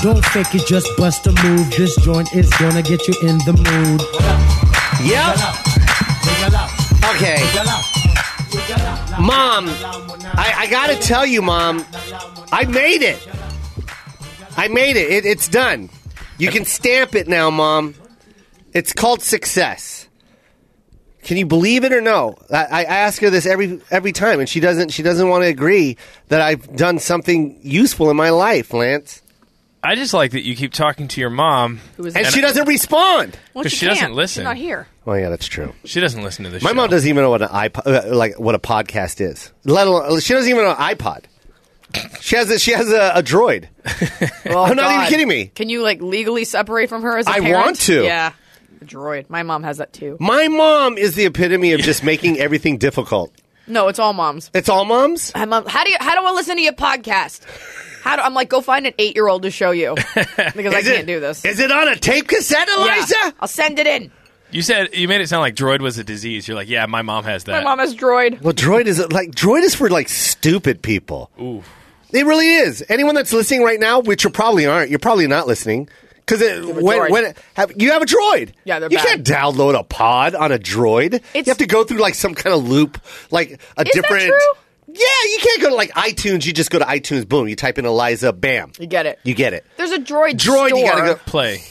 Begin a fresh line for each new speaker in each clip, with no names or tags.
Don't fake it, just bust a move. This joint is gonna get you in the mood.
Yep. Okay. Mom, I, I gotta tell you, Mom, I made it. I made it. it. It's done. You can stamp it now, Mom. It's called success. Can you believe it or no? I, I ask her this every every time, and she doesn't. She doesn't want to agree that I've done something useful in my life, Lance.
I just like that you keep talking to your mom.
was
And, she doesn't respond.
Well,
'Cause
she
she doesn't
can't.
listen.
She's not here.
Oh yeah, that's true.
She doesn't listen to this.
My
show.
mom doesn't even know what an iPod, uh, like what a podcast is. Let alone she doesn't even know an iPod. She has a, she has a, a droid. I'm not even
Oh, God.
kidding me.
Can you like legally separate from her as a
I
parent?
want to.
Yeah. Droid. My mom has that too.
My mom is the epitome of just making everything difficult.
No, it's all moms.
It's all moms.
My mom, how do you? How do I listen to your podcast? How do I'm like go find an eight year old to show you because I
Is it-
can't do this.
Is it on a tape cassette,
Yeah.
Eliza?
I'll send it in.
You said you made it sound like droid was a disease. You're like, yeah, my mom has that.
My mom has droid.
Well, droid is like droid is for like stupid people. It really is. Anyone that's listening right now, which you probably aren't, you're probably not listening because
a
when
droid.
when have, you have a droid,
Yeah, they're
you
bad.
can't download a pod on a droid. you
It's-
have to go through like some kind of loop, like a
that
different.
true?
Yeah, you can't go to like iTunes. You just go to iTunes. Boom, you type in Eliza. Bam,
You get it.
you get it.
There's a droid.
Droid,
Store.
you gotta go.
Play,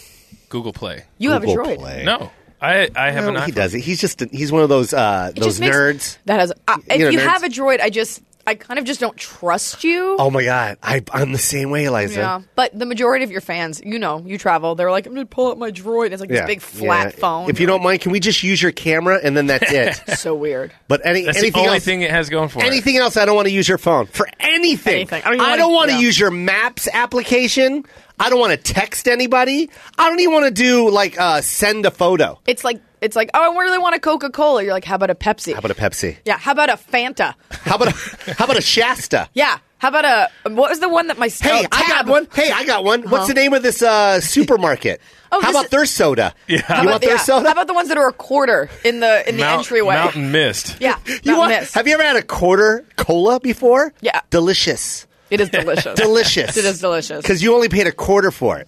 Google Play.
You have a
Google
droid.
Play.
No, I I have
No,
an
he
iPhone.
does it. He's just he's one of those uh,
It
those
just makes-
nerds.
That has. I, if
know,
you
nerds.
have a droid, I just I kind of just don't trust you.
Oh my god, I, I'm the same way, Eliza.
Yeah, but the majority of your fans, you know, you travel. They're like, I'm gonna pull out my droid. It's like this big flat
yeah.
phone.
If you don't mind, can we just use your camera and then that's it?
so weird.
but any
That's the
anything
only
else,
thing it has going for it.
anything else, I don't want to use your phone for anything.
Anything. I don't even wanna-
want to
yeah.
use your Maps application. I don't want to text anybody. I don't even want to do like uh, send a photo.
It's like it's like, oh, I really want a Coca Cola. You're like, how about a Pepsi?
How about a Pepsi?
yeah, how about a Fanta?
How about a, how about a Shasta?
Yeah, how about a what was the one that my
Hey,
oh,
I got
Tab.
one. Hey, I got one. What's the name of this uh, supermarket?
Uh-huh. Oh,
how
this
about
is-
their soda? Yeah. You want their
Yeah,
soda?
How about the ones that are a quarter in the in the
Mount-
entryway?
Mountain Mist.
Yeah,
you
Mountain
want,
Mist.
Have you ever had a quarter cola before?
Yeah.
Delicious.
it is delicious.
Delicious.
It is delicious
Because you only paid a quarter for it.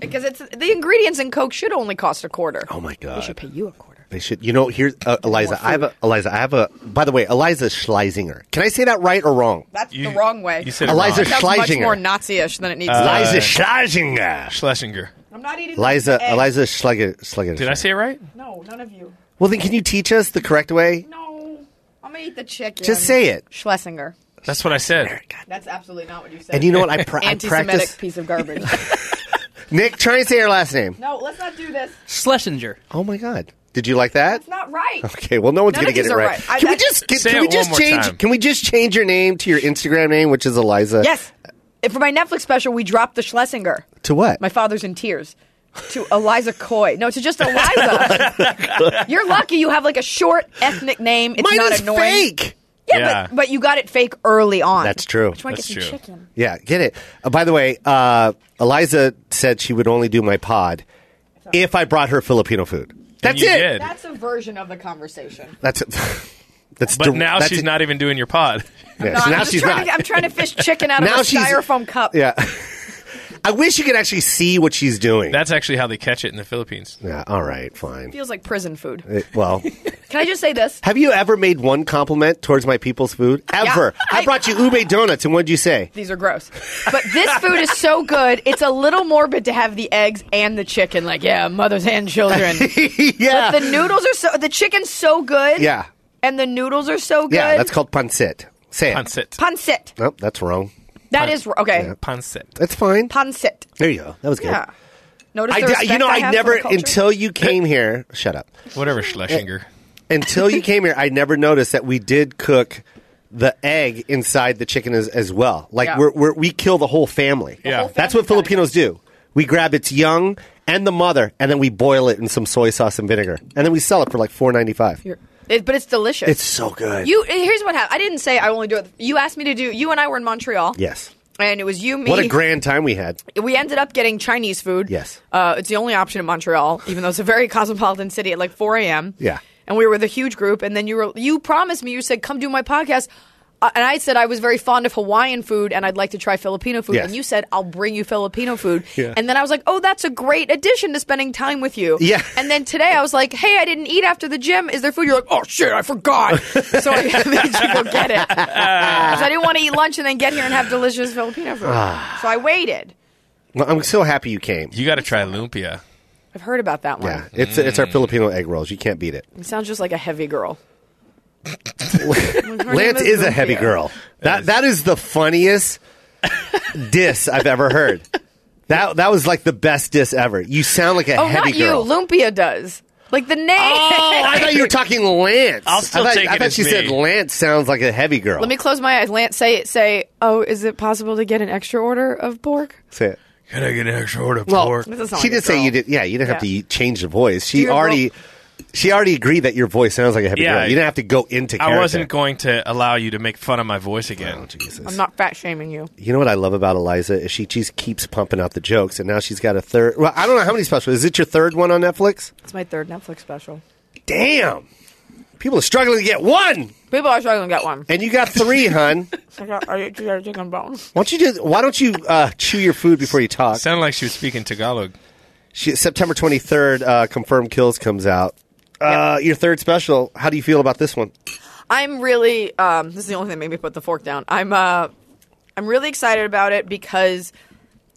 because it's the ingredients in Coke should only cost a quarter.
Oh my god!
They should pay you a quarter.
They should- You know, here's uh, Eliza. I have a Eliza. I have a. By the way, Eliza Schleisinger. Can I say that right or wrong?
That's
You-
the wrong way.
You said
Eliza
Eliza
Sounds much
Schlesinger.
more Nazi-ish than it
Uh,
needs to.
Eliza Schleisinger.
Schlesinger.
I'm not eating.
Eliza Eliza Schleger, Schleger.
Did I say it right?
No, none of you.
Well, then, can you teach us the correct way?
No, I'm gonna eat the chicken.
Just say it.
Schlesinger.
That's what I said.
That's absolutely not what you said.
And you know what? I, pra- I
Anti-Semitic
practice.
piece of garbage.
Nick, try and say her last name.
no, let's not do this.
Schlesinger.
Oh my God! Did you like that?
It's not right.
Okay, well, no one's
None
gonna
of
get
these
it
are
right.
right. I-
Can we
I-
just can,
Say
can
it
we
one
just
more
change?
time.
Can we just change your name to your Instagram name, which is Eliza?
Yes. And for my Netflix special, we dropped the Schlesinger.
To what?
My father's in tears. To Eliza Coy. No, to just Eliza. You're lucky you have like a short ethnic name. It's
Mine
not
is
annoying.
fake.
Yeah,
Yeah.
But, but you got it fake early on.
That's true.
Which one
That's
gets you
true.
chicken?
Yeah, get it. Uh, by the way, uh, Eliza said she would only do my pod if I brought her Filipino food. That's
you
it.
did.
That's a version of the conversation.
That's it. that's
But
dir-
now
that's
she's
it.
not even doing your pod.
Yeah,
No,
so
I'm
now
just
she's
trying
not.
To, I'm trying to fish chicken out
Now
of a
she's-
styrofoam cup.
yeah. I wish you could actually see what she's doing.
That's actually how they catch it in the Philippines.
yeah. All right. Fine.
Feels like prison food.
It- well,
Can I just say this?
have you ever made one compliment towards my people's food? Ever? I,
I-
brought you ube donuts, and what'd you say?
These are gross. But this food is so good. It's a little morbid to have the eggs and the chicken. Like, yeah, mother's hand children.
yeah.
The noodles are so the chicken's so good.
yeah.
And the noodles are so good.
Yeah. That's called pancit. Say it.
Pancit.
pancit.
Nope, that's wrong.
That is okay.
Pancit.
That's fine.
Pancit.
There you go. That was good.
Yeah. Notice
I
the
d-
respect
you know, I
have
never
for the culture?
until you came here. Shut up.
Whatever, Schlesinger.
Until you came here, I never noticed that we did cook the egg inside the chicken as, as well. Like
Yeah.
we're, we're, we kill the whole family.
Yeah. whole
that's what Filipinos do. We grab its young and the mother, and then we boil it in some soy sauce and vinegar, and then we sell it for like four ninety five.
It- but it's delicious.
It's so good.
you here's what happened. I didn't say I only do it. You asked me to do. You and I were in Montreal.
yes.
And it was you, me.
What a grand time we had.
we ended up getting Chinese food.
Yes.
Uh, it's the only option in Montreal, even though it's a very cosmopolitan city at like 4 a.m.
Yeah.
And we were with a huge group. And then you were, you promised me, you said, come do my podcast. uh, and I said I was very fond of Hawaiian food and I'd like to try Filipino food.
Yes.
And you said, I'll bring you Filipino food.
Yeah.
And then I was like, oh, that's a great addition to spending time with you.
Yeah.
And then today I was like, hey, I didn't eat after the gym. Is there food? You're like, oh, shit, I forgot. so I made you go get it. so I didn't want to eat lunch and then get here and have delicious Filipino food.
Ah.
so I waited.
Well, I'm so happy you came.
You got to try lumpia.
I've heard about that one.
Yeah, it's it's our Filipino egg rolls. You can't beat it.
It sounds just like a heavy girl.
Lance is a heavy girl. That that is the funniest diss I've ever heard. That that was like the best diss ever. You sound like a
Oh,
heavy
not
girl.
you. Lumpia does. Like the name.
Oh, I thought you were talking Lance.
I'll still
I thought,
take
I
it
thought
as
you
me.
said Lance sounds like a heavy girl.
Let me close my eyes. Lance, say it. Say, oh, is it possible to get an extra order of pork?
say it.
Can I get an extra order of
Well,
pork?
This is not
she
like a
did say
girl.
you did. Yeah, you didn't have
Yeah.
to change the voice. She
your
already, she already agreed that your voice sounds like a heavy
Yeah,
girl.
I-
You didn't have to go into. Character.
I wasn't going to allow you to make fun of my voice again.
Oh, Jesus.
I'm not fat shaming you.
You know what I love about Eliza is she just keeps pumping out the jokes, and now she's got a third. Well, I don't know how many specials. Is it your third one on Netflix?
It's my third Netflix special.
Damn, people are struggling to get one,
People are struggling to get one.
and you got three, hun.
I got, I got a chicken bone.
Why don't you just? Why don't you uh, chew your food before you talk?
Sounded like she was speaking Tagalog.
She, September twenty third, uh, Confirmed Kills comes out. Uh, your third special. How do you feel about this one?
I'm really. Um, this is the only thing that made me put the fork down. I'm. Uh, I'm really excited about it because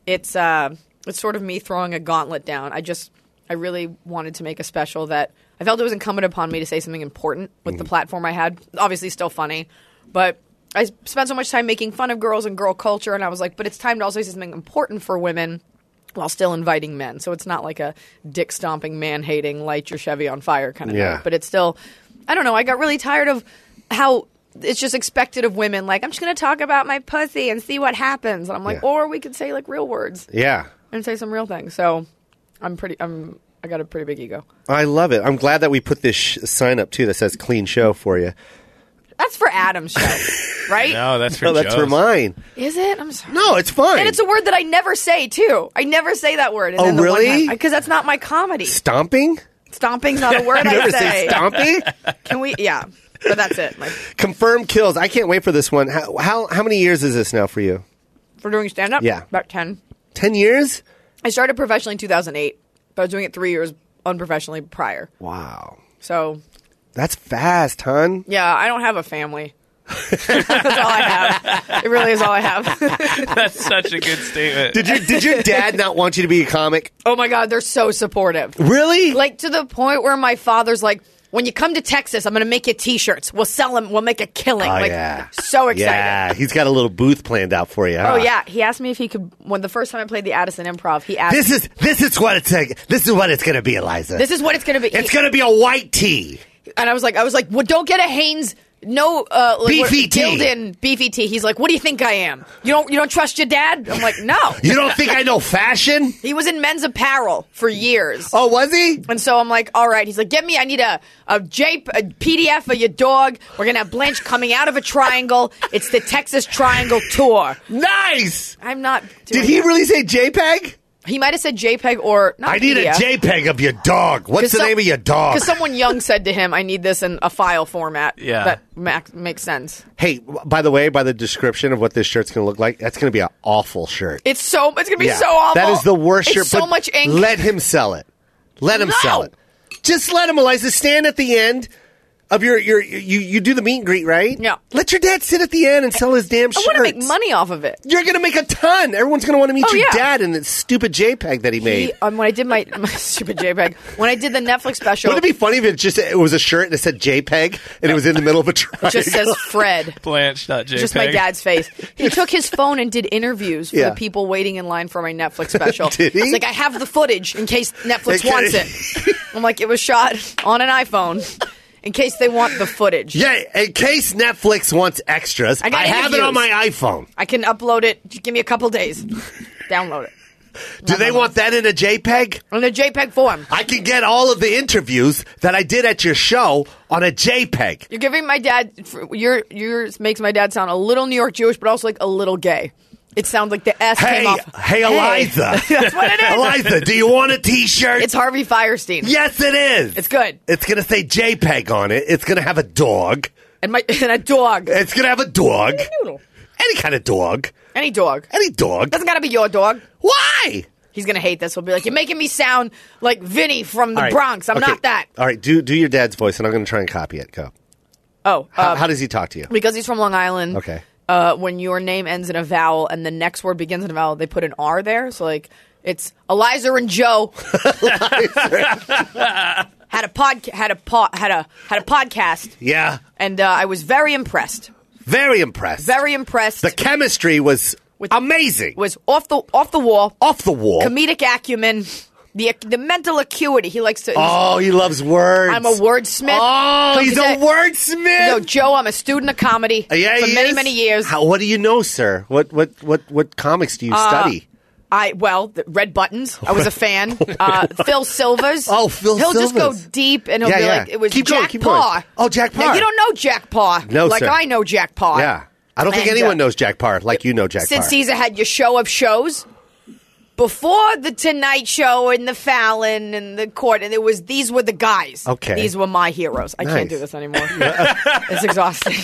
it's. Uh, it's sort of me throwing a gauntlet down. I just. I really wanted to make a special that I felt it was incumbent upon me to say something important with the platform I had. Obviously, still funny, but I s- spent so much time making fun of girls and girl culture, and I was like, but it's time to also say something important for women. While still inviting men, so it's not like a dick stomping, man hating, light your Chevy on fire kind of
Yeah.
night. But it's still, I don't know. I got really tired of how it's just expected of women. Like, I'm just going to talk about my pussy and see what happens. And I'm like,
Yeah.
or we could say like real words
Yeah,
and say some real things. So I'm pretty, I'm, I got a pretty big ego.
I love it. I'm glad that we put this sh- sign up too that says "clean show" for you.
That's for Adam's show, right?
No, that's for
No, that's
Joe's.
for mine.
Is it? I'm sorry.
No, it's fine.
And it's a word that I never say too. I never say that word. And
Oh,
then the
really?
Because that's not my comedy.
stomping.
Stomping's not a word I
Never say stomping.
Can we? Yeah. But that's it. Like
Confirmed kills. I can't wait for this one. How how, how many years is this now for you?
for doing stand up.
Yeah.
About ten.
Ten years.
I started professionally in 2008, but I was doing it three years unprofessionally prior.
Wow,
So,
that's fast, hon.
yeah, I don't have a family. That's all I have. It really is all I have.
That's such a good statement.
Did your did your dad not want you to be a comic?
oh my God, they're so supportive.
Really?
Like to the point where my father's like, when you come to Texas, I'm going to make you t shirts. We'll sell them. We'll make a killing.
oh
like,
yeah.
so excited.
Yeah, he's got a little booth planned out for you. huh?
Oh yeah, he asked me if he could. When the first time I played the Addison Improv, he asked,
This is this is what it's like. This is what it's gonna be, Eliza.
"This is what it's going to be."
it's gonna be a white tee.
and I was like, I was like, well, don't get a Haynes, no, uh, like, what-
BVT.
Gildan BVT. He's like, what do you think I am? You don't, you don't trust your dad? I'm like, no.
You don't think I know fashion?
he was in men's apparel for years.
Oh, was he?
And so I'm like, all right. He's like, get me. I need a a, J, a PDF of your dog. We're gonna have Blanche coming out of a triangle. It's the Texas Triangle tour.
Nice.
I'm not. Doing
Did he
that.
really say JPEG?
He might have said JPEG or not
I need a
PDF.
JPEG of your dog. What's the
some-
name of your dog?
Because someone young said to him, "I need this in a file format."
Yeah.
that mac- makes sense.
Hey, by the way, by the description of what this shirt's going to look like, that's going to be an awful shirt.
It's so. It's gonna be
Yeah.
so awful.
That is the worst
It's
shirt.
So
but
much ink.
Let him sell it. Let him
No.
sell it. Just let him, Eliza. Stand at the end of your your you you do the meet and greet, right?
Yeah.
Let your dad sit at the end and sell his damn
I
shirts.
want to make money off of it.
You're going to make a ton. Everyone's going to want to meet
Oh,
your
yeah.
dad in that stupid JPEG that he made.
He- um, when I did my, my stupid JPEG, when I did the Netflix special,
Wouldn't it be funny if it just it was a shirt and it said JPEG and it was in the middle of a triangle?
it just says Fred.
Blanche.jpg.
Just my dad's face. He took his phone and did interviews for
Yeah.
the people waiting in line for my Netflix special.
Did he?
It's like I have the footage in case Netflix
Okay.
wants it. I'm like, it was shot on an iPhone in case they want the footage.
Yeah, in case Netflix wants extras, I,
got
have it
interviews.
on my iPhone.
I can upload it. Just give me a couple days. Download it
Do they want that in a JPEG?
on a JPEG form.
I can get all of the interviews that I did at your show on a JPEG.
You're giving my dad. Your yours makes my dad sound a little New York Jewish, but also like a little gay. It sounds like the S
Hey,
came off.
hey, Eliza.
That's what it is.
Eliza, do you want a T-shirt?
It's Harvey Firestein.
yes, it is.
It's good.
It's gonna say JPEG on it. It's gonna have a dog.
and my and a dog.
It's gonna have a dog.
Noodle.
Any kind of dog.
Any dog.
Any dog.
Doesn't gotta be your dog.
Why?
He's gonna hate this. He'll be like, "You're making me sound like Vinny from the
All right.
Bronx. I'm
Okay.
not that."
All right, do do your dad's voice, and I'm gonna try and copy it. Go.
Oh,
How,
uh,
how does he talk to you?
because he's from Long Island.
Okay.
Uh, when your name ends in a vowel and the next word begins in a vowel, they put an R there. So like, it's Eliza and Joe had a pod had a po- had a had a podcast,
Yeah,
and uh, I was very impressed.
very impressed.
Very impressed.
the chemistry was
With-
amazing.
was off the off the wall,
off the wall.
comedic acumen, the the mental acuity. He likes to.
oh, he loves words.
I'm a wordsmith.
Oh,
He'll
he's a
say-
wordsmith.
No, Joe, I'm a student of comedy
Uh, yeah,
for
he
many,
is?
many years.
How, what do you know, sir? What what what what comics do you
Uh,
study?
I well, the Red Buttons. I was a fan. Uh, Phil Silvers.
Oh, Phil
He'll
Silvers.
just go deep, and he'll
Yeah,
be
yeah.
like, "It was
Keep
Jack
going, keep going.
Parr."
Oh, Jack
Now,
Parr.
you don't know Jack Parr.
No,
like
sir.
I know Jack Parr.
Yeah, I don't think
And,
anyone
uh,
knows Jack Parr like you know Jack
Since
Parr.
Caesar had your show of shows. Before the Tonight Show and the Fallon and the Court, and it was these were the guys.
Okay.
these were my heroes. I
Nice.
can't do this anymore. it's exhausting.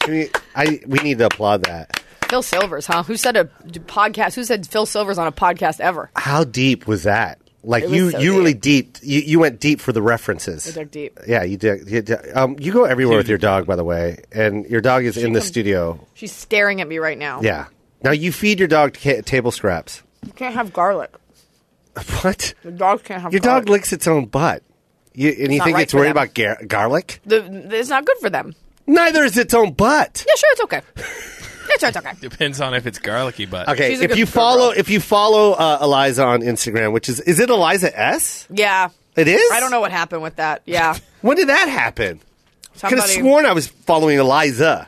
Can we- I we need to applaud that.
Phil Silvers, huh? Who said a podcast? Who said Phil Silvers on a podcast ever?
How deep was that? Like
It
you,
was so
you really deep. You, you went deep for the references.
I dug deep.
Yeah, you did. You, did- um, you go everywhere with your dog, by the way, and your dog is in the studio.
She's staring at me right now.
Yeah. Now you feed your dog ca- table scraps.
You can't have garlic.
What?
The dog can't have
Your
garlic.
dog licks its own butt. You, and you
not
think
right
it's
for
worried
them.
about gar- garlic?
The, it's not good for them.
Neither is its own butt.
Yeah, sure, it's okay. yeah, sure, it's okay.
Depends on if it's garlicky, but
Okay,
She's a
if
good
you
girl.
follow if you follow uh, Eliza on Instagram, which is is it Eliza S?
Yeah,
It is.
I don't know what happened with that. Yeah,
When did that happen? Could have
Somebody-
sworn I was following Eliza.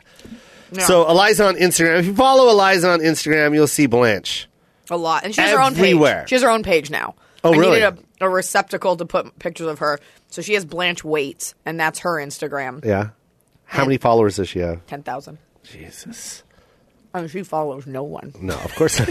no,
So Eliza on Instagram. If you follow Eliza on Instagram, you'll see Blanche.
a lot, and she has her own
everywhere.
page. She has her own page now.
Oh,
I
really?
needed a, a receptacle to put pictures of her, so she has Blanche Waits, and that's her Instagram.
Yeah. How many followers does she have?
Ten thousand.
Jesus.
And she follows no one.
No, of course not.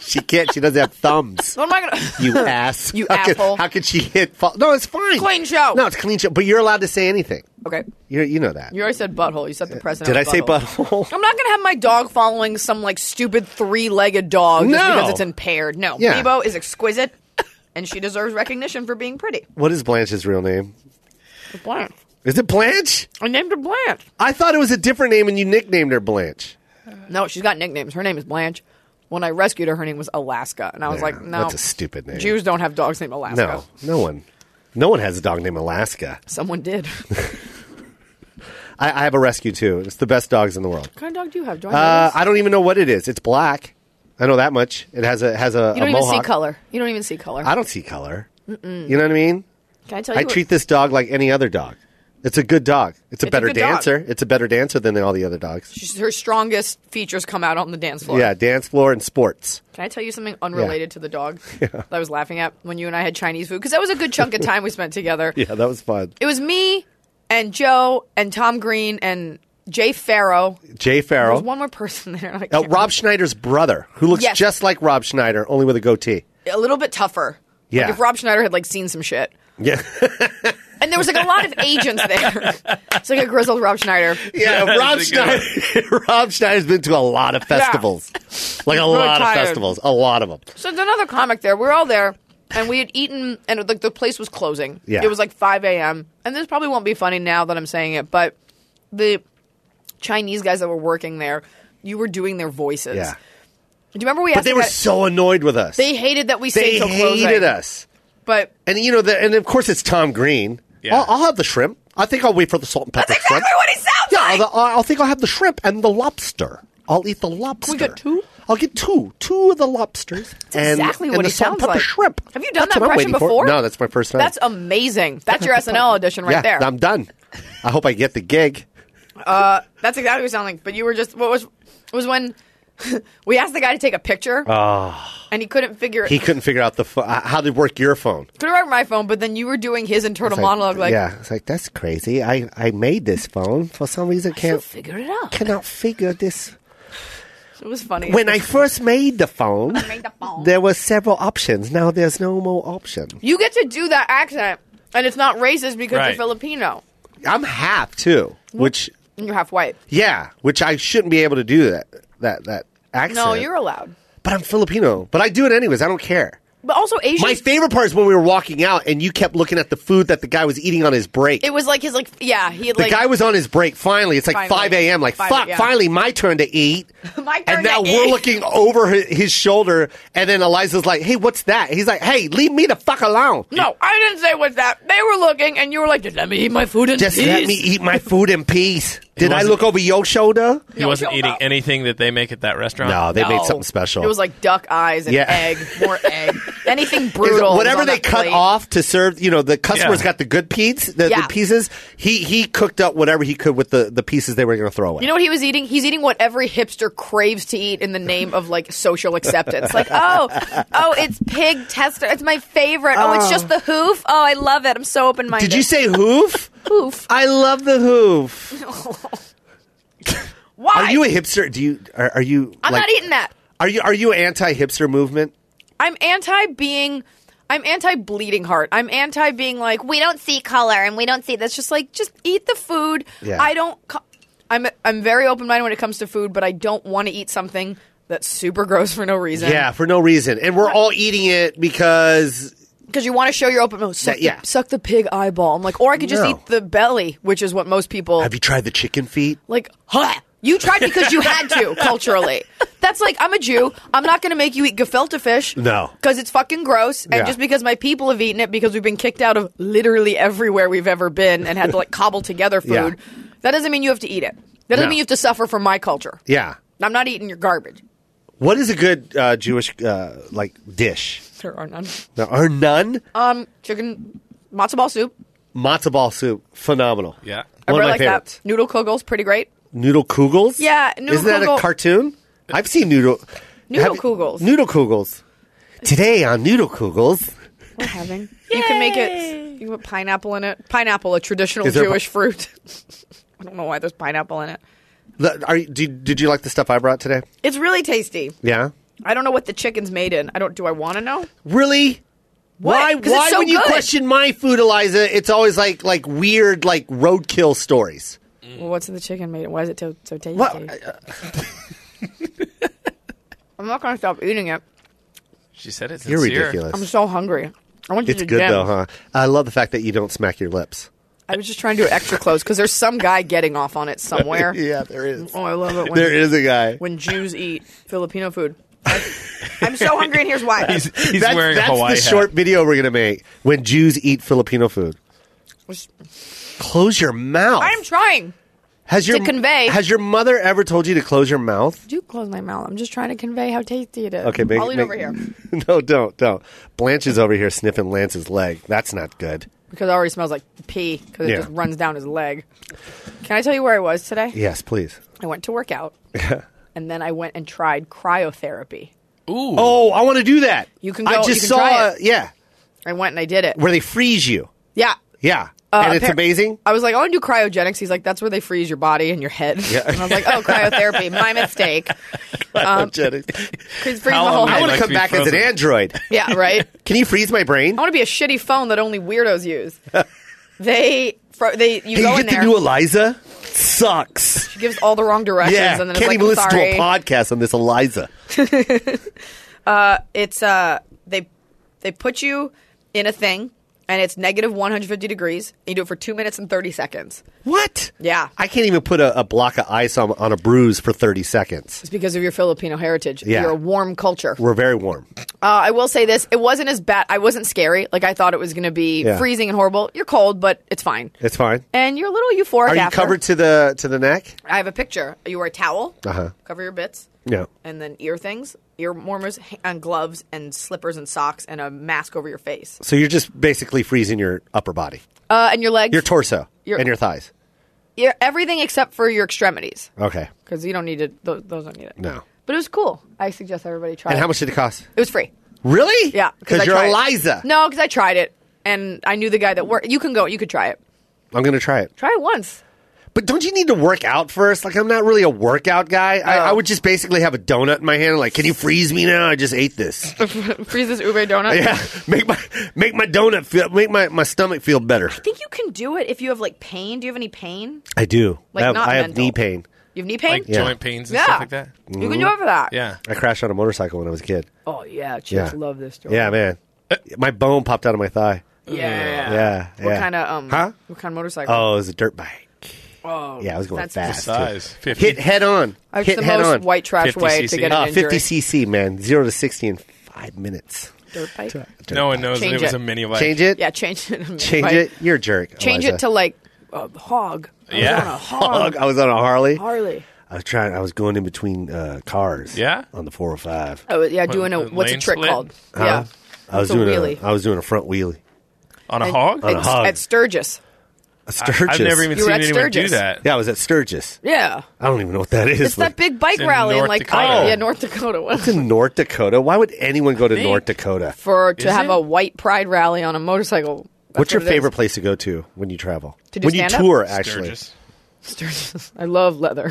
she can't. She doesn't have thumbs.
So am I gonna?
You ass.
You
how
asshole.
Could, how could she hit? Fo- no, it's fine.
Clean show.
No, it's clean show. But you're allowed to say anything.
okay,
You you know that.
you already said butthole. You said the president.
Did I
of
say butthole?
I'm not gonna have my dog following some like stupid three legged dog just
No.
because it's impaired. No,
Yeah.
Bebo is exquisite, and she deserves recognition for being pretty.
what is Blanche's real name?
Blanche.
Is it Blanche?
I named her Blanche.
I thought it was a different name, and you nicknamed her Blanche.
No, she's got nicknames. Her name is Blanche. When I rescued her, her name was Alaska, and I was
Yeah,
like, no,
that's a stupid name.
Jews don't have dogs named Alaska.
No, no one, no one has a dog named Alaska.
Someone did. what
I, I have a rescue too. It's the best dogs in the world.
kind of dog do you have? Do I know
Uh,
this?
I don't even know what it is. It's black. I know that much. It has a has a.
you
a
don't even
mohawk.
see color. You don't even see color.
I don't see color. You know what I mean?
Can I tell you?
I
what-
treat this dog like any other dog. It's a good dog. It's a
It's a
better
good dog.
dancer. It's a better dancer than all the other dogs.
she's- her strongest features come out on the dance floor.
Yeah, dance floor and sports.
Can I tell you something unrelated to the dog that I was laughing at when you and I had Chinese food? Because that was a good chunk of time we spent together.
Yeah, that was fun.
It was me and Joe and Tom Green and Jay Farrow.
Jay
There was
Farrell.
one more person there. and I
Uh,
can't
Rob Schneider's brother, who looks
Yes.
just like Rob Schneider, only with a goatee.
a little bit tougher.
Yeah.
Like if Rob Schneider had like seen some shit.
Yeah,
And there was like a lot of agents there. it's like a grizzled Rob Schneider.
yeah. Rob
That's a good
Schneider. Rob Schneider's been to a lot of festivals, like a lot of
tired.
festivals, a lot of them.
So there's another comic there. We were all there and we had eaten and like the place was closing.
Yeah.
It was like five AM. And this probably won't be funny now that I'm saying it, but the Chinese guys that were working there, you were doing their voices.
Yeah,
Do you remember we
but
asked
they
the
were
guy-
so annoyed with us.
they hated that we
They
stayed till closing.
hated us.
But
And you know, the, and of course, it's Tom Green.
Yeah.
I'll, I'll have the shrimp. I think I'll wait for the salt and pepper
that's exactly
shrimp.
what he sounds
Yeah,
like.
I'll, I'll- I think I'll have the shrimp and the lobster. I'll eat the lobster.
we get two?
I'll get two, two of the lobsters. That's and,
exactly
and
what
the
he
salt and
sounds
pepper
like.
shrimp.
Have you done
That's
that
what I'm
impression
waiting for.
before?
No, that's my first time.
That's amazing. That's your SNL audition right
yeah,
there.
I'm done. I hope I get the gig.
That's exactly what you sound like. But you were just what was it was when we asked the guy to take a picture, and he couldn't figure.
Ah. He
He
couldn't figure out the pho- uh, how to work your phone.
couldn't remember my phone, but then you were doing his internal
It's like-
monologue, like
yeah, it's like that's crazy. I I made this phone for some reason
"You'll
can't
figure it out."
cannot figure this
It was funny.
When I first made the phone,
made the phone.
there were several options. Now there's no more option.
you get to do that accent, and it's not racist because you're
Right.
Filipino.
I'm half too, which
And you're half white.
Yeah, which I shouldn't be able to do that that that accent.
No, you're allowed.
But I'm Filipino. But I do it anyways. I don't care.
But also Asian.
My favorite part is when we were walking out and you kept looking at the food that the guy was eating on his break.
it was like his like yeah he had
the
like
guy was on his break. Finally, it's like
Finally.
5 a.m. Like,
Five-
fuck,
yeah.
finally my turn to eat.
My turn
and now
to
we're
eat.
looking over hi- his shoulder. And then Eliza's like, hey, what's that? He's like, hey, leave me the fuck alone.
no I didn't say what's that they were looking and you were like just let me eat my food and
Just let me eat my food in peace. Did I
wasn't-
look over your shoulder?
He wasn't
shut
eating
up.
anything that they make at that restaurant.
No, they made something special.
It was like duck eyes and
Yeah.
egg, more egg, anything
Is-
brutal. was
Whatever
on
they
that
cut
plate.
off to serve, you know, the customers
Yeah.
got the good pieces. The,
Yeah.
the pieces. He he cooked up whatever he could with the, the pieces they were going to throw away.
You know what he was eating? He's eating what every hipster craves to eat in the name of like social acceptance. like, oh, oh, it's pig tester. It's my favorite. Oh, it's just the hoof. Oh, I love it. I'm so open
Did
minded.
you say hoof?
hoof?
I love the hoof.
Why?
Are you a hipster? Do you are, are you?
I'm
like-
not eating that.
Are you are you anti hipster movement?
I'm anti being. I'm anti bleeding heart. I'm anti being like we don't see color and we don't see. That's just like just eat the food.
Yeah.
I don't. Co- I'm I'm very open minded when it comes to food, but I don't want to eat something that's super gross for no reason.
Yeah, for no reason, and we're all eating it because
because you want to show your open. Oh, suck,
That- yeah.
the, suck the pig eyeball. I'm like, or I could just
No.
eat the belly, which is what most people
have you tried the chicken feet?
like. Huh. You tried because you had to culturally. That's like I'm a Jew. I'm not going to make you eat gefilte fish.
No.
because it's fucking gross, and
Yeah.
just because my people have eaten it because we've been kicked out of literally everywhere we've ever been and had to like cobble together food.
Yeah.
That doesn't mean you have to eat it. That doesn't
No.
mean you have to suffer from my culture.
Yeah.
I'm not eating your garbage.
What is a good uh, Jewish uh, like dish?
There are none.
There are none.
Um, chicken matzo ball soup.
Matzo ball soup, phenomenal.
Yeah.
I
one
really
of my
like
favorites.
that. Noodle kogel's pretty great.
Noodle Kugels?
Yeah, Noodle
Isn't that
Kugel-
a cartoon? I've seen Noodle.
Noodle
Have you-
Kugels.
Noodle Kugels. Today on Noodle Kugels.
We're having. You can make it. You put pineapple in it. Pineapple, a traditional
Is there
Jewish
pi-
fruit. I don't know why there's pineapple in it.
The- Are you, did, did you like the stuff I brought today?
It's really tasty.
Yeah.
I don't know what the chicken's made in. I don't. Do I want to know?
Really? Why?
'Cause it's
Why
so
when you
good.
question my food, Eliza? It's always like like weird like roadkill stories. Uh,
Well, what's in the chicken made? in? Why is it so, so tasty?
What?
I'm not gonna stop eating it.
She said it's
You're
sincere.
ridiculous.
I'm so hungry. I went to
it's
the
good
gym.
though, huh? I love the fact that you don't smack your lips.
I was just trying to do extra clothes because there's some guy getting off on it somewhere.
yeah, there is.
Oh, I love it when,
There is a guy.
when Jews eat Filipino food. I'm so hungry, and here's why.
He's, he's
that's
wearing
that's
a Hawaii
the short video we're gonna make when Jews eat Filipino food. Close your mouth.
I'm trying.
Has your
to convey.
Has your mother ever told you to close your mouth?
do close my mouth. I'm just trying to convey how tasty it is.
Okay, make,
I'll lean
make-
over here
no, don't, don't. Blanche is over here sniffing Lance's leg. That's not good.
because it already smells like pee because it
Yeah.
just runs down his leg. Can I tell you where I was today?
Yes, please.
I went to work out, and then I went and tried cryotherapy.
hat. Ooh.
Oh, I want to do that.
You can
I
go-
just
you can
saw.
try it.
uh, Yeah,
I went and I did it.
where they freeze you.
Yeah.
Yeah,
Uh,
and it's
appar-
amazing.
I was like, I want to do cryogenics. He's like, that's where they freeze your body and your head. and I was like, oh, cryotherapy, my mistake. Um,
I
Please freeze
How
my whole
long- I
head.
want to
like to
come
be
back as an
frozen.
android.
yeah, right.
Can you freeze my brain?
I want to be a shitty phone that only weirdos use. they, fro- they, you
Hey,
go
you
in
get
there.
the new Eliza. Sucks.
She gives all the wrong directions,
Yeah,
and then
can't
it's like,
even listen
sorry.
to a podcast on this Eliza.
it's uh they they put you in a thing and it's negative 150 degrees and you do it for two minutes and 30 seconds
What?
Yeah.
I can't even put a, a block of ice on, on a bruise for 30 seconds.
it's because of your filipino heritage
Yeah.
you're a warm culture uh,
We're very warm.
i will say this it wasn't as bad i wasn't scary like i thought it was going to be
Yeah.
freezing and horrible you're cold but it's fine
It's fine.
and you're a little euphoric
Are you
after.
covered to the to the neck?
i have a picture you wear a towel
Uh-huh.
cover your bits
No.
and then ear things ear warmers ha- and gloves and slippers and socks and a mask over your face
So you're just basically freezing your upper body,
uh, and your legs
your torso,
Your-
and your thighs.
your, everything except for your extremities
Okay.
because you don't need it. Those, those don't need it.
No.
But it was cool. I suggest everybody try.
And
it.
how much did it cost?
It was free.
Really?
Yeah, I
Because you're
tried it.
Eliza.
No, because I tried it and I knew the guy that worked. You can go. You could try it.
I'm going to try it.
Try it once.
But don't you need to work out first? Like, I'm not really a workout guy. I, I would just basically have a donut in my hand. Like, can you freeze me now? I just ate this.
Freeze this ube donut.
yeah, make my make my donut feel make my, my stomach feel better.
I think you can do it if you have like pain. Do you have any pain?
I do.
Like,
I have,
not
I have
mental.
knee pain.
You have knee pain?
like joint pains and
Yeah.
stuff like that.
You can do it for that.
Yeah.
I crashed on a motorcycle when I was a kid.
Oh yeah, chicks
Yeah.
love this joint.
Yeah, man. My bone popped out of my thigh.
Yeah.
Yeah,
What
yeah.
kind of um?
Huh?
What kind of motorcycle?
Oh, it was a dirt bike.
Oh,
Yeah, I was going
that's-
fast. too.
Size fifty.
Hit head on.
That's
Hit
the
head
most
on.
white trash
50
way to
cc.
get an
Uh,
injury.
50 cc, man. Zero to 60 in five minutes.
Dirt bike?
no one knows
Change
it was
it.
a mini bike.
Change it.
Yeah, change it.
Change it. You're a jerk.
Change it to like a hog. I was
Yeah.
on a hog.
I was on a Harley.
Harley.
I was trying. I was going in between uh, cars.
Yeah?
On the 405.
Oh yeah, doing a
a
what's a
lane
trick
split?
called? Yeah,
I was
It's a
doing
wheelie.
I was doing a front wheelie.
on a hog.
On a
at,
hog.
at Sturgis.
A Sturgis.
I've never even
You were
seen
at
anyone do
Sturgis.
that.
Yeah, I was at Sturgis.
Yeah,
I don't even know what that is.
it's that
Like,
big bike
It's in
rally in
North
like
Dakota.
yeah North Dakota
it's in North Dakota. Why would anyone go to
think-
North Dakota?
for to
Is
have
it?
a white pride rally on a motorcycle. That's
What's your
what it is.
favorite place to go to when you travel?
To do
when you
stand-up?
tour, actually.
Sturgis.
Sturgis. I love leather.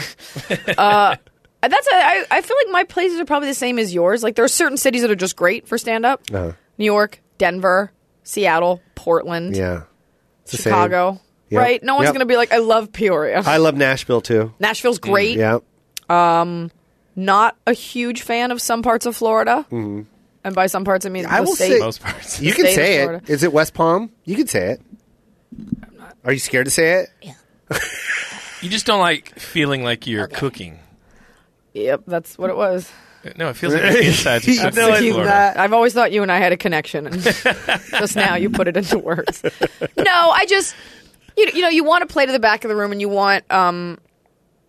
uh, that's a, I, I feel like my places are probably the same as yours. Like there are certain cities that are just great for stand up.
Uh-huh.
New York, Denver, Seattle, Portland,
Yeah. It's the same.
Chicago.
Yep.
Right? No one's
Yep.
gonna be like, I love Peoria.
I love Nashville too.
Nashville's great.
Yeah.
Not a huge fan of some parts of Florida. And by some parts I mean
Mm-hmm. I
the
will
state.
say-
Most parts.
You can
state of
say it.
Florida.
Is it West Palm? You can say it. Are you scared to say it?
You just don't like feeling like you're cooking.
Yep, that's what it was.
No, it feels like the insides.
You
are cooked
know
in
it's
Florida.
not.
I've always thought you and I had a connection, and just now you put it into words. No, I just you you know you want to play to the back of the room, and you want um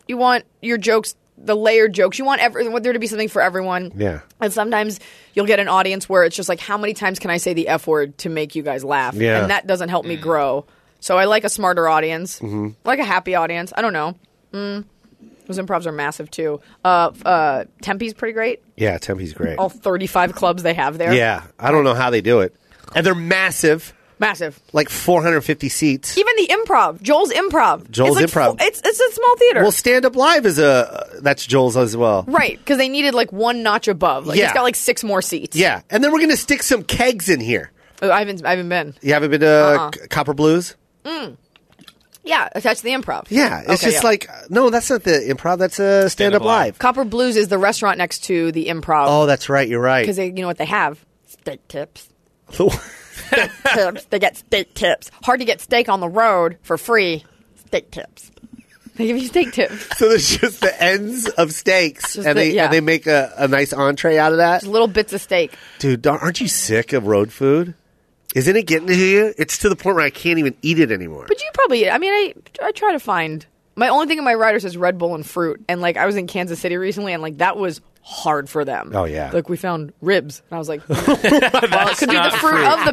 you want your jokes, the layered jokes. You want every, want there to be something for everyone.
Yeah.
And sometimes you'll get an audience where it's just like, how many times can I say the f word to make you guys laugh?
Yeah.
And that doesn't help me grow. So I like a smarter audience,
Mm-hmm.
I like a happy audience. I don't know. Mm. Those improvs are massive too. Uh, uh, Tempe's pretty great
Yeah, Tempe's great.
all 35 clubs they have there.
Yeah, I don't know how they do it. And they're massive,
Massive.
like 450 seats.
Even the improv, Joel's improv.
Joel's
it's like
Improv.
fu- it's, it's a small theater.
Well, stand up live is a that's Joel's as well.
right, because they needed like one notch above. Like
Yeah.
It's got like six more seats.
Yeah, and then we're gonna stick some kegs in here.
Oh, I haven't, I haven't been.
You haven't been to uh,
Uh-huh.
C- Copper Blues?
Yeah, attached to the improv.
Yeah, it's
Okay,
just
yeah.
like no, that's not the improv. That's a stand up
Stand-up live.
live.
Copper Blues is the restaurant next to the improv.
Oh, that's right. You're right.
Because they, you know what they have? Steak tips. tips. They get steak tips. Hard to get steak on the road for free. Steak tips. They give you steak tips.
so there's just the ends of steaks,
Just
and
the-
they
yeah.
and they make a, a nice entree out of that.
Little bits of steak.
Dude, don't- aren't you sick of road food? Isn't it getting to you? It's to the point where I can't even eat it anymore.
But you probably, I mean, I I try to find my only thing in my rider says Red Bull and fruit, and like I was in Kansas City recently, and like that was hard for them.
Oh, yeah.
like we found ribs, and I was like, well, it
That's
could be the
not
fruit of the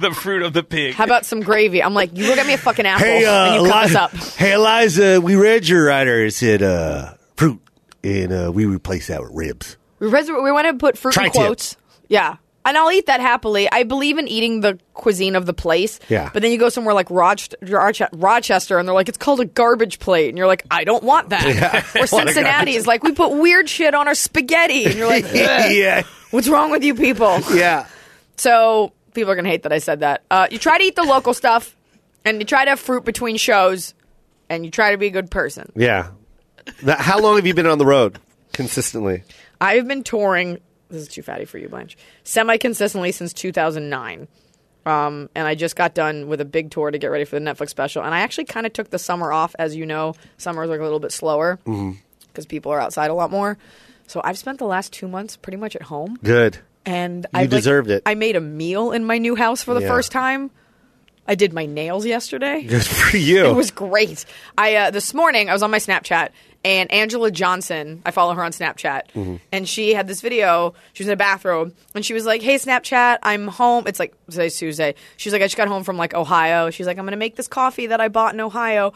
the fruit of the pig.
How about some gravy? I'm like, you look at me a fucking apple, and you cut
Eliza,
this up.
uh, hey Eliza, we read your rider. It said uh, fruit, and uh, we replaced that with ribs.
We, res- we went and put fruit in
Tri-tip.
quotes. Yeah. And I'll eat that happily. I believe in eating the cuisine of the place.
Yeah.
But then you go somewhere like Roch- Roch- Rochester and they're like, it's called a garbage plate. And you're like, I don't want that. Or Cincinnati is like, we put weird shit on our spaghetti. And you're like, "Ugh,
yeah,
what's wrong with you people?
yeah.
So people are going to hate that I said that. Uh, you try to eat the local stuff and you try to have fruit between shows and you try to be a good person.
Yeah. That- how long have you been on the road consistently?
I've been touring. This is too fatty for you, Blanche. Semi consistently since 2009. Um, and I just got done with a big tour to get ready for the Netflix special. And I actually kind of took the summer off. As you know, summers are a little bit slower because
Mm-hmm.
people are outside a lot more. So I've spent the last two months pretty much at home.
Good.
And
You
I like-
deserved it.
I made a meal in my new house for the
Yeah.
first time. I did my nails yesterday.
Good for you.
It was great. I uh, this morning I was on my Snapchat and Angela Johnson, I follow her on Snapchat,
Mm-hmm.
and she had this video. She was in a bathrobe and she was like, "Hey Snapchat, I'm home. It's like today's Tuesday." She's like, "I just got home from like Ohio." She's like, "I'm gonna make this coffee that I bought in Ohio."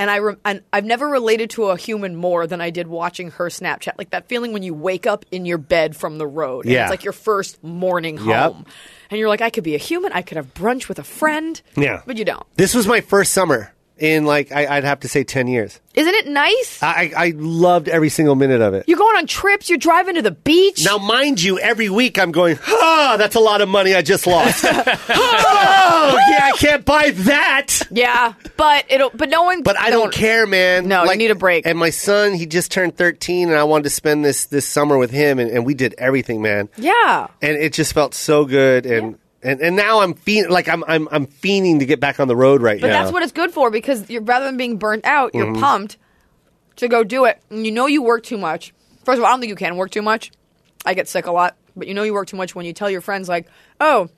And I re- and I've never related to a human more than I did watching her Snapchat. Like that feeling when you wake up in your bed from the road. and
Yeah.
it's like your first morning
Yep.
home. And you're like, I could be a human. I could have brunch with a friend.
yeah.
But you don't.
This was my first summer in like I, I'd have to say ten years.
Isn't it nice?
I, I I loved every single minute of it.
You're going on trips. You're driving to the beach.
Now, mind you, every week I'm going, ah, that's a lot of money I just lost. oh, yeah, I can't buy that.
Yeah, but it'll. But no one.
But I don't care, man.
No, you need a break.
And my son, he just turned 13, and I wanted to spend this this summer with him, and, and we did everything, man.
Yeah.
And it just felt so good, and and, and now I'm fiend, like I'm I'm I'm fiending to get back on the road right
But
now.
that's what it's good for because you're rather than being burnt out, you're
Mm-hmm.
pumped to go do it. And you know you work too much. First of all, I don't think you can work too much. I get sick a lot, but you know you work too much when you tell your friends like, "Oh,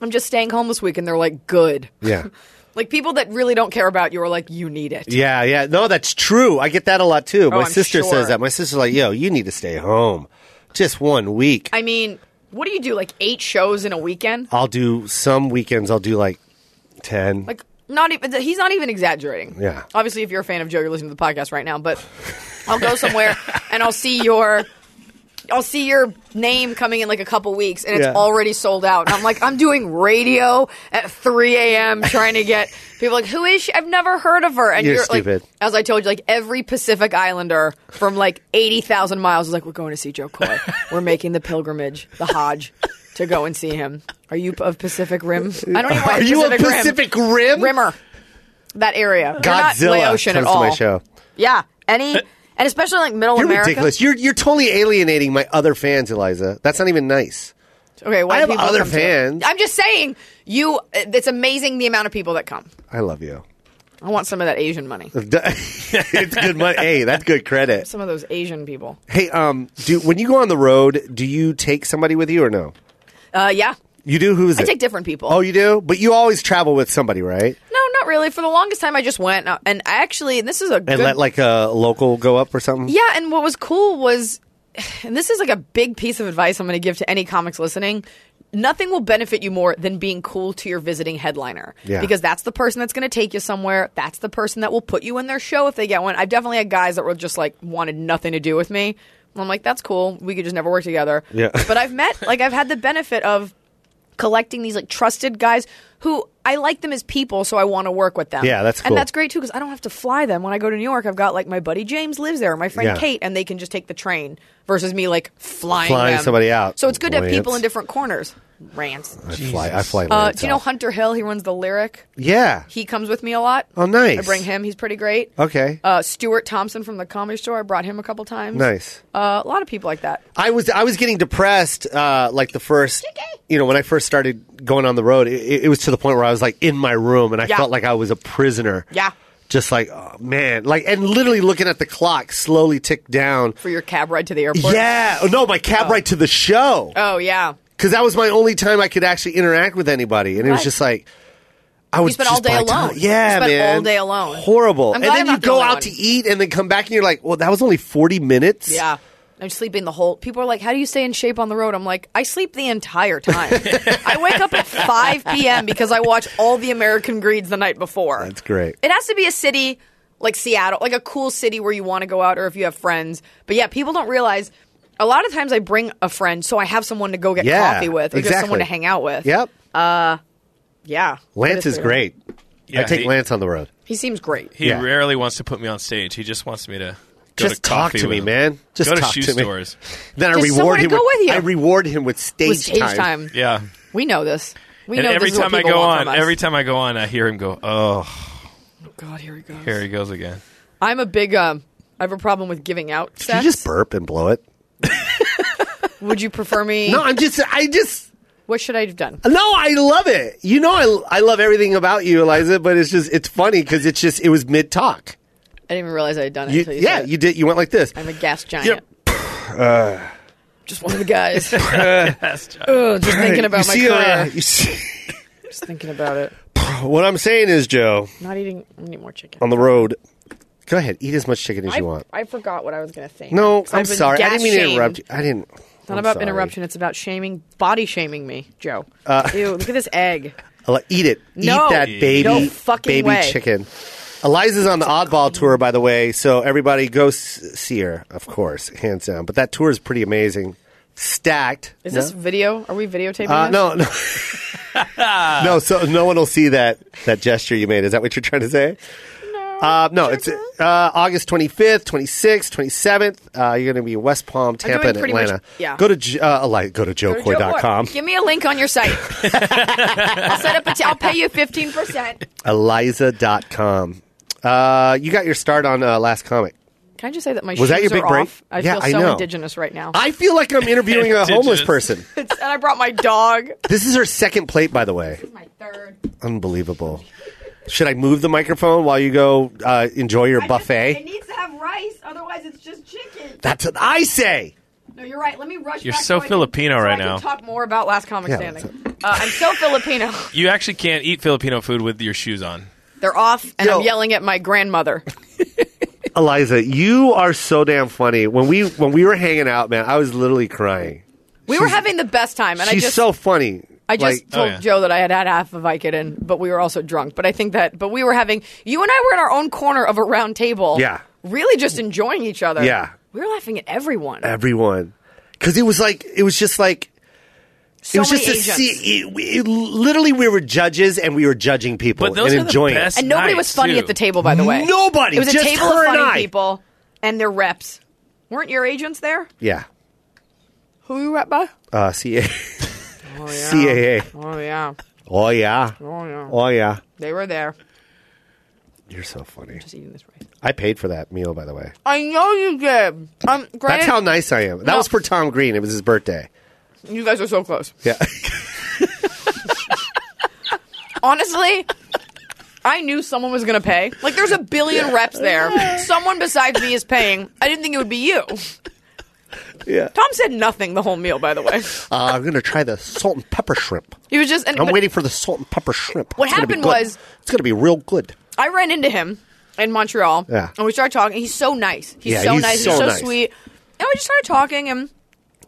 I'm just staying home this week," and they're like, "Good."
yeah.
Like people that really don't care about you are like, "You need it."
Yeah, yeah. No, that's true. I get that a lot too. My
Oh, I'm
sister
sure.
says that. My sister's like, yo, you need to stay home. Just one week.
I mean, what do you do? Like eight shows in a weekend?
I'll do some weekends. I'll do like ten.
Like not even he's not even exaggerating.
Mm. Yeah.
Obviously, if you're a fan of Joe, you're listening to the podcast right now. But I'll go somewhere and I'll see your. I'll see your name coming in like a couple weeks, and it's
Yeah.
already sold out. And I'm like, I'm doing radio at 3 a.m. trying to get people like, who is she? I've never heard of her. And
You're
you're, like,
stupid.
as I told you, like every Pacific Islander from like 80,000 miles is like, we're going to see Joe Coy. We're making the pilgrimage, the Hajj, to go and see him. Are you of Pacific Rim? I don't even. want
Are you a
Rim.
Pacific Rim?
Rimmer? That area. You're not
Godzilla
Laotian
comes
at all.
to my show.
Yeah, any and especially like Middle
You're
America.
ridiculous. You're you're totally alienating my other fans, Eliza. That's not even nice.
Okay, why
I
do
have
people
other
come to it?
fans.
I'm just saying, you. It's amazing the amount of people that come.
I love you.
I want some of that Asian money.
it's good money. Hey, that's good credit.
Some of those Asian people.
Hey, um, do when you go on the road, do you take somebody with you or no?
Uh, yeah,
You do. Who is
I
it?
take different people.
Oh, you do. But you always travel with somebody, right?
no, not really. For the longest time, I just went uh, and I actually. And this is a
And
good.
let like a local go up or something.
Yeah, and what was cool was, and this is like a big piece of advice I'm going to give to any comics listening. Nothing will benefit you more than being cool to your visiting headliner.
Yeah.
Because that's the person that's going to take you somewhere. That's the person that will put you in their show if they get one. I've definitely had guys that were just like, wanted nothing to do with me. And I'm like, that's cool. We could just never work together.
Yeah.
but I've met, like, I've had the benefit of collecting these like trusted guys who I like them as people, so I want to work with them.
Yeah, that's cool.
And that's great too because I don't have to fly them. When I go to New York, I've got like my buddy James lives there, my friend
Yeah.
Kate, and they can just take the train versus me like flying
Flying
them.
somebody out.
So it's good to have people
Lance.
in different corners. Rants.
I fly. I fly.
Uh,
Lance
do you know
out.
Hunter Hill? He runs the lyric.
Yeah.
He comes with me a lot.
Oh, nice.
I bring him. He's pretty great.
Okay.
Uh, Stuart Thompson from the Comedy Store. I brought him a couple times.
Nice.
Uh, a lot of people like that.
I was I was getting depressed uh, like the first you know when I first started going on the road it, it was to the point where I was like in my room and I
Yeah.
felt like I was a prisoner
Yeah.
just like oh man like and literally looking at the clock slowly tick down
For your cab ride to the airport.
yeah Oh, no my cab ride to the show
Oh yeah.
because that was my only time I could actually interact with anybody and it was
Right.
just like I was
spent
just
all day
by time-
alone.
yeah
You spent
man
all day alone.
horrible
I'm
and
glad
then
I'm
you
not the
go
only
out
one.
to eat and then come back and you're like well that was only forty minutes
Yeah. I'm sleeping the whole. People are like, "How do you stay in shape on the road?" I'm like, I sleep the entire time. I wake up at 5 p.m. because I watch all the American Greeds the night before.
That's great.
It has to be a city like Seattle, like a cool city where you want to go out or if you have friends. But yeah, people don't realize. A lot of times I bring a friend, so I have someone to go get
Yeah,
coffee with, or just
exactly.
someone to hang out with.
yep
Yeah.
Lance
That
is
weird.
great. I
Yeah,
take
he-
Lance on the road.
He seems great.
He
Yeah.
rarely wants to put me on stage. He just wants me to go
Just
to
talk
coffee
to
with
me,
him.
man. Just
go to
talk
shoe
to me.
stores.
Then I
Just someone
reward
to
him.
go
with,
with you.
I reward him with stage,
With stage time.
Yeah.
we know this. We
And
know
every
this is what
time I
people
go
want
on,
from us.
every time I go on, I hear him go, "Oh,
God, here he goes.
here he goes again."
I'm a big. Um, I have a problem with giving out.
Did you
Sex.
just burp and blow it?
Would you prefer me?
No, I'm just. I just.
What should I have done?
No, I love it. You know, I I love everything about you, Eliza. But it's just it's funny because it's just it was mid talk.
I didn't even realize I had done it
You,
until you
yeah,
said it.
you did. You went like this.
I'm a gas giant.
Yep. Uh,
Just one of the guys. Ugh, just thinking about
you
my
see,
career.
uh, you see-
just thinking about it.
what I'm saying is, Joe,
Not eating any more chicken.
on the road. Go ahead, eat as much chicken as
I,
you want.
I forgot what I was going to say.
No,
Because
I'm
I've been
sorry. I didn't mean to
gas-shamed.
interrupt you. I didn't.
It's not about interruption. It's about shaming, body shaming me, Joe.
Uh,
Ew, look at this egg.
Eat it.
No.
Eat that baby,
No fucking
baby
way.
chicken. Eliza's on the Oddball tour, by the way. So everybody go s- see her, of course, hands down. But that tour is pretty amazing. Stacked.
Is
No?
this video? Are we videotaping
Uh,
this?
no, no. no, so no one will see that that gesture you made. Is that what you're trying to say? Uh, no, it's uh, August 25th, 26th, 27th. Uh, you're going to be in West Palm, Tampa,
doing
and
pretty much-
Atlanta.
yeah.
Go to J- uh, like, go to
Go to Joe
joecoy.com.
Coy. Give me a link on your site. I'll set up a. T- I'll pay you fifteen percent.
Eliza.com. Uh, you got your start on uh, Last Comic.
Can I just say that my
Was
shoes
that your
are
big break?
off? I
Yeah,
feel
I
so
know.
indigenous right now.
I feel like I'm interviewing a homeless
Indigenous.
person.
It's- and I brought my dog.
This is her second plate, by the way.
my third.
Unbelievable. Should I move the microphone while you go uh, enjoy your buffet?
needs to have rice, otherwise it's just chicken.
That's what I say.
No, you're right. Let me rush.
You're
back
so
I can-
Filipino
so I
right
can
now.
talk more about Last Comic
Yeah,
Standing. Uh, I'm so Filipino.
You actually can't eat Filipino food with your shoes on.
They're off, and
Yo.
I'm yelling at my grandmother.
Eliza, you are so damn funny. When we when we were hanging out, man, I was literally crying.
We were having the best time, and I
She's
just
so funny.
I just
Like,
told
Oh, yeah.
Joe that I had had half of Vicodin, but we were also drunk. But I think that, but we were having you and I were in our own corner of a round table.
Yeah.
really just enjoying each other.
Yeah.
we were laughing at everyone.
everyone, because it was like it was just like
so
it was
many
just to
Asians.
see. It, it- literally, we were judges and we were judging people
But those
and
are the
enjoying
best-
it.
and nobody
Nice,
was funny
too.
at the table, by the way.
Nobody,
It was a
just
table
her
of
and
funny
I.
people and their reps. Weren't your agents there?
Yeah,
Who you rep by?
uh, CA,
Oh, yeah.
CAA.
Oh yeah.
Oh yeah,
Oh yeah.
oh yeah.
They were there.
You're so funny.
Just eating this rice.
I paid for that meal, by the way.
I know you did. Um,
That's
granted,
how nice I am. That
No.
was for Tom Green. It was his birthday.
you guys are so close.
Yeah.
honestly, I knew someone was going to pay. Like, there's a billion reps there. Someone besides me is paying. I didn't think it would be you.
yeah.
Tom said nothing the whole meal, by the way.
Uh, I'm gonna try the salt and pepper shrimp.
He was just. And,
I'm
but
waiting for the salt and pepper shrimp.
What
It's gonna be
happened
good.
was-
it's gonna be real good.
I ran into him in Montreal,
Yeah.
and we started talking. He's so nice. He's
Yeah,
so
he's
nice.
so
he's so
nice.
sweet. And we just started talking, and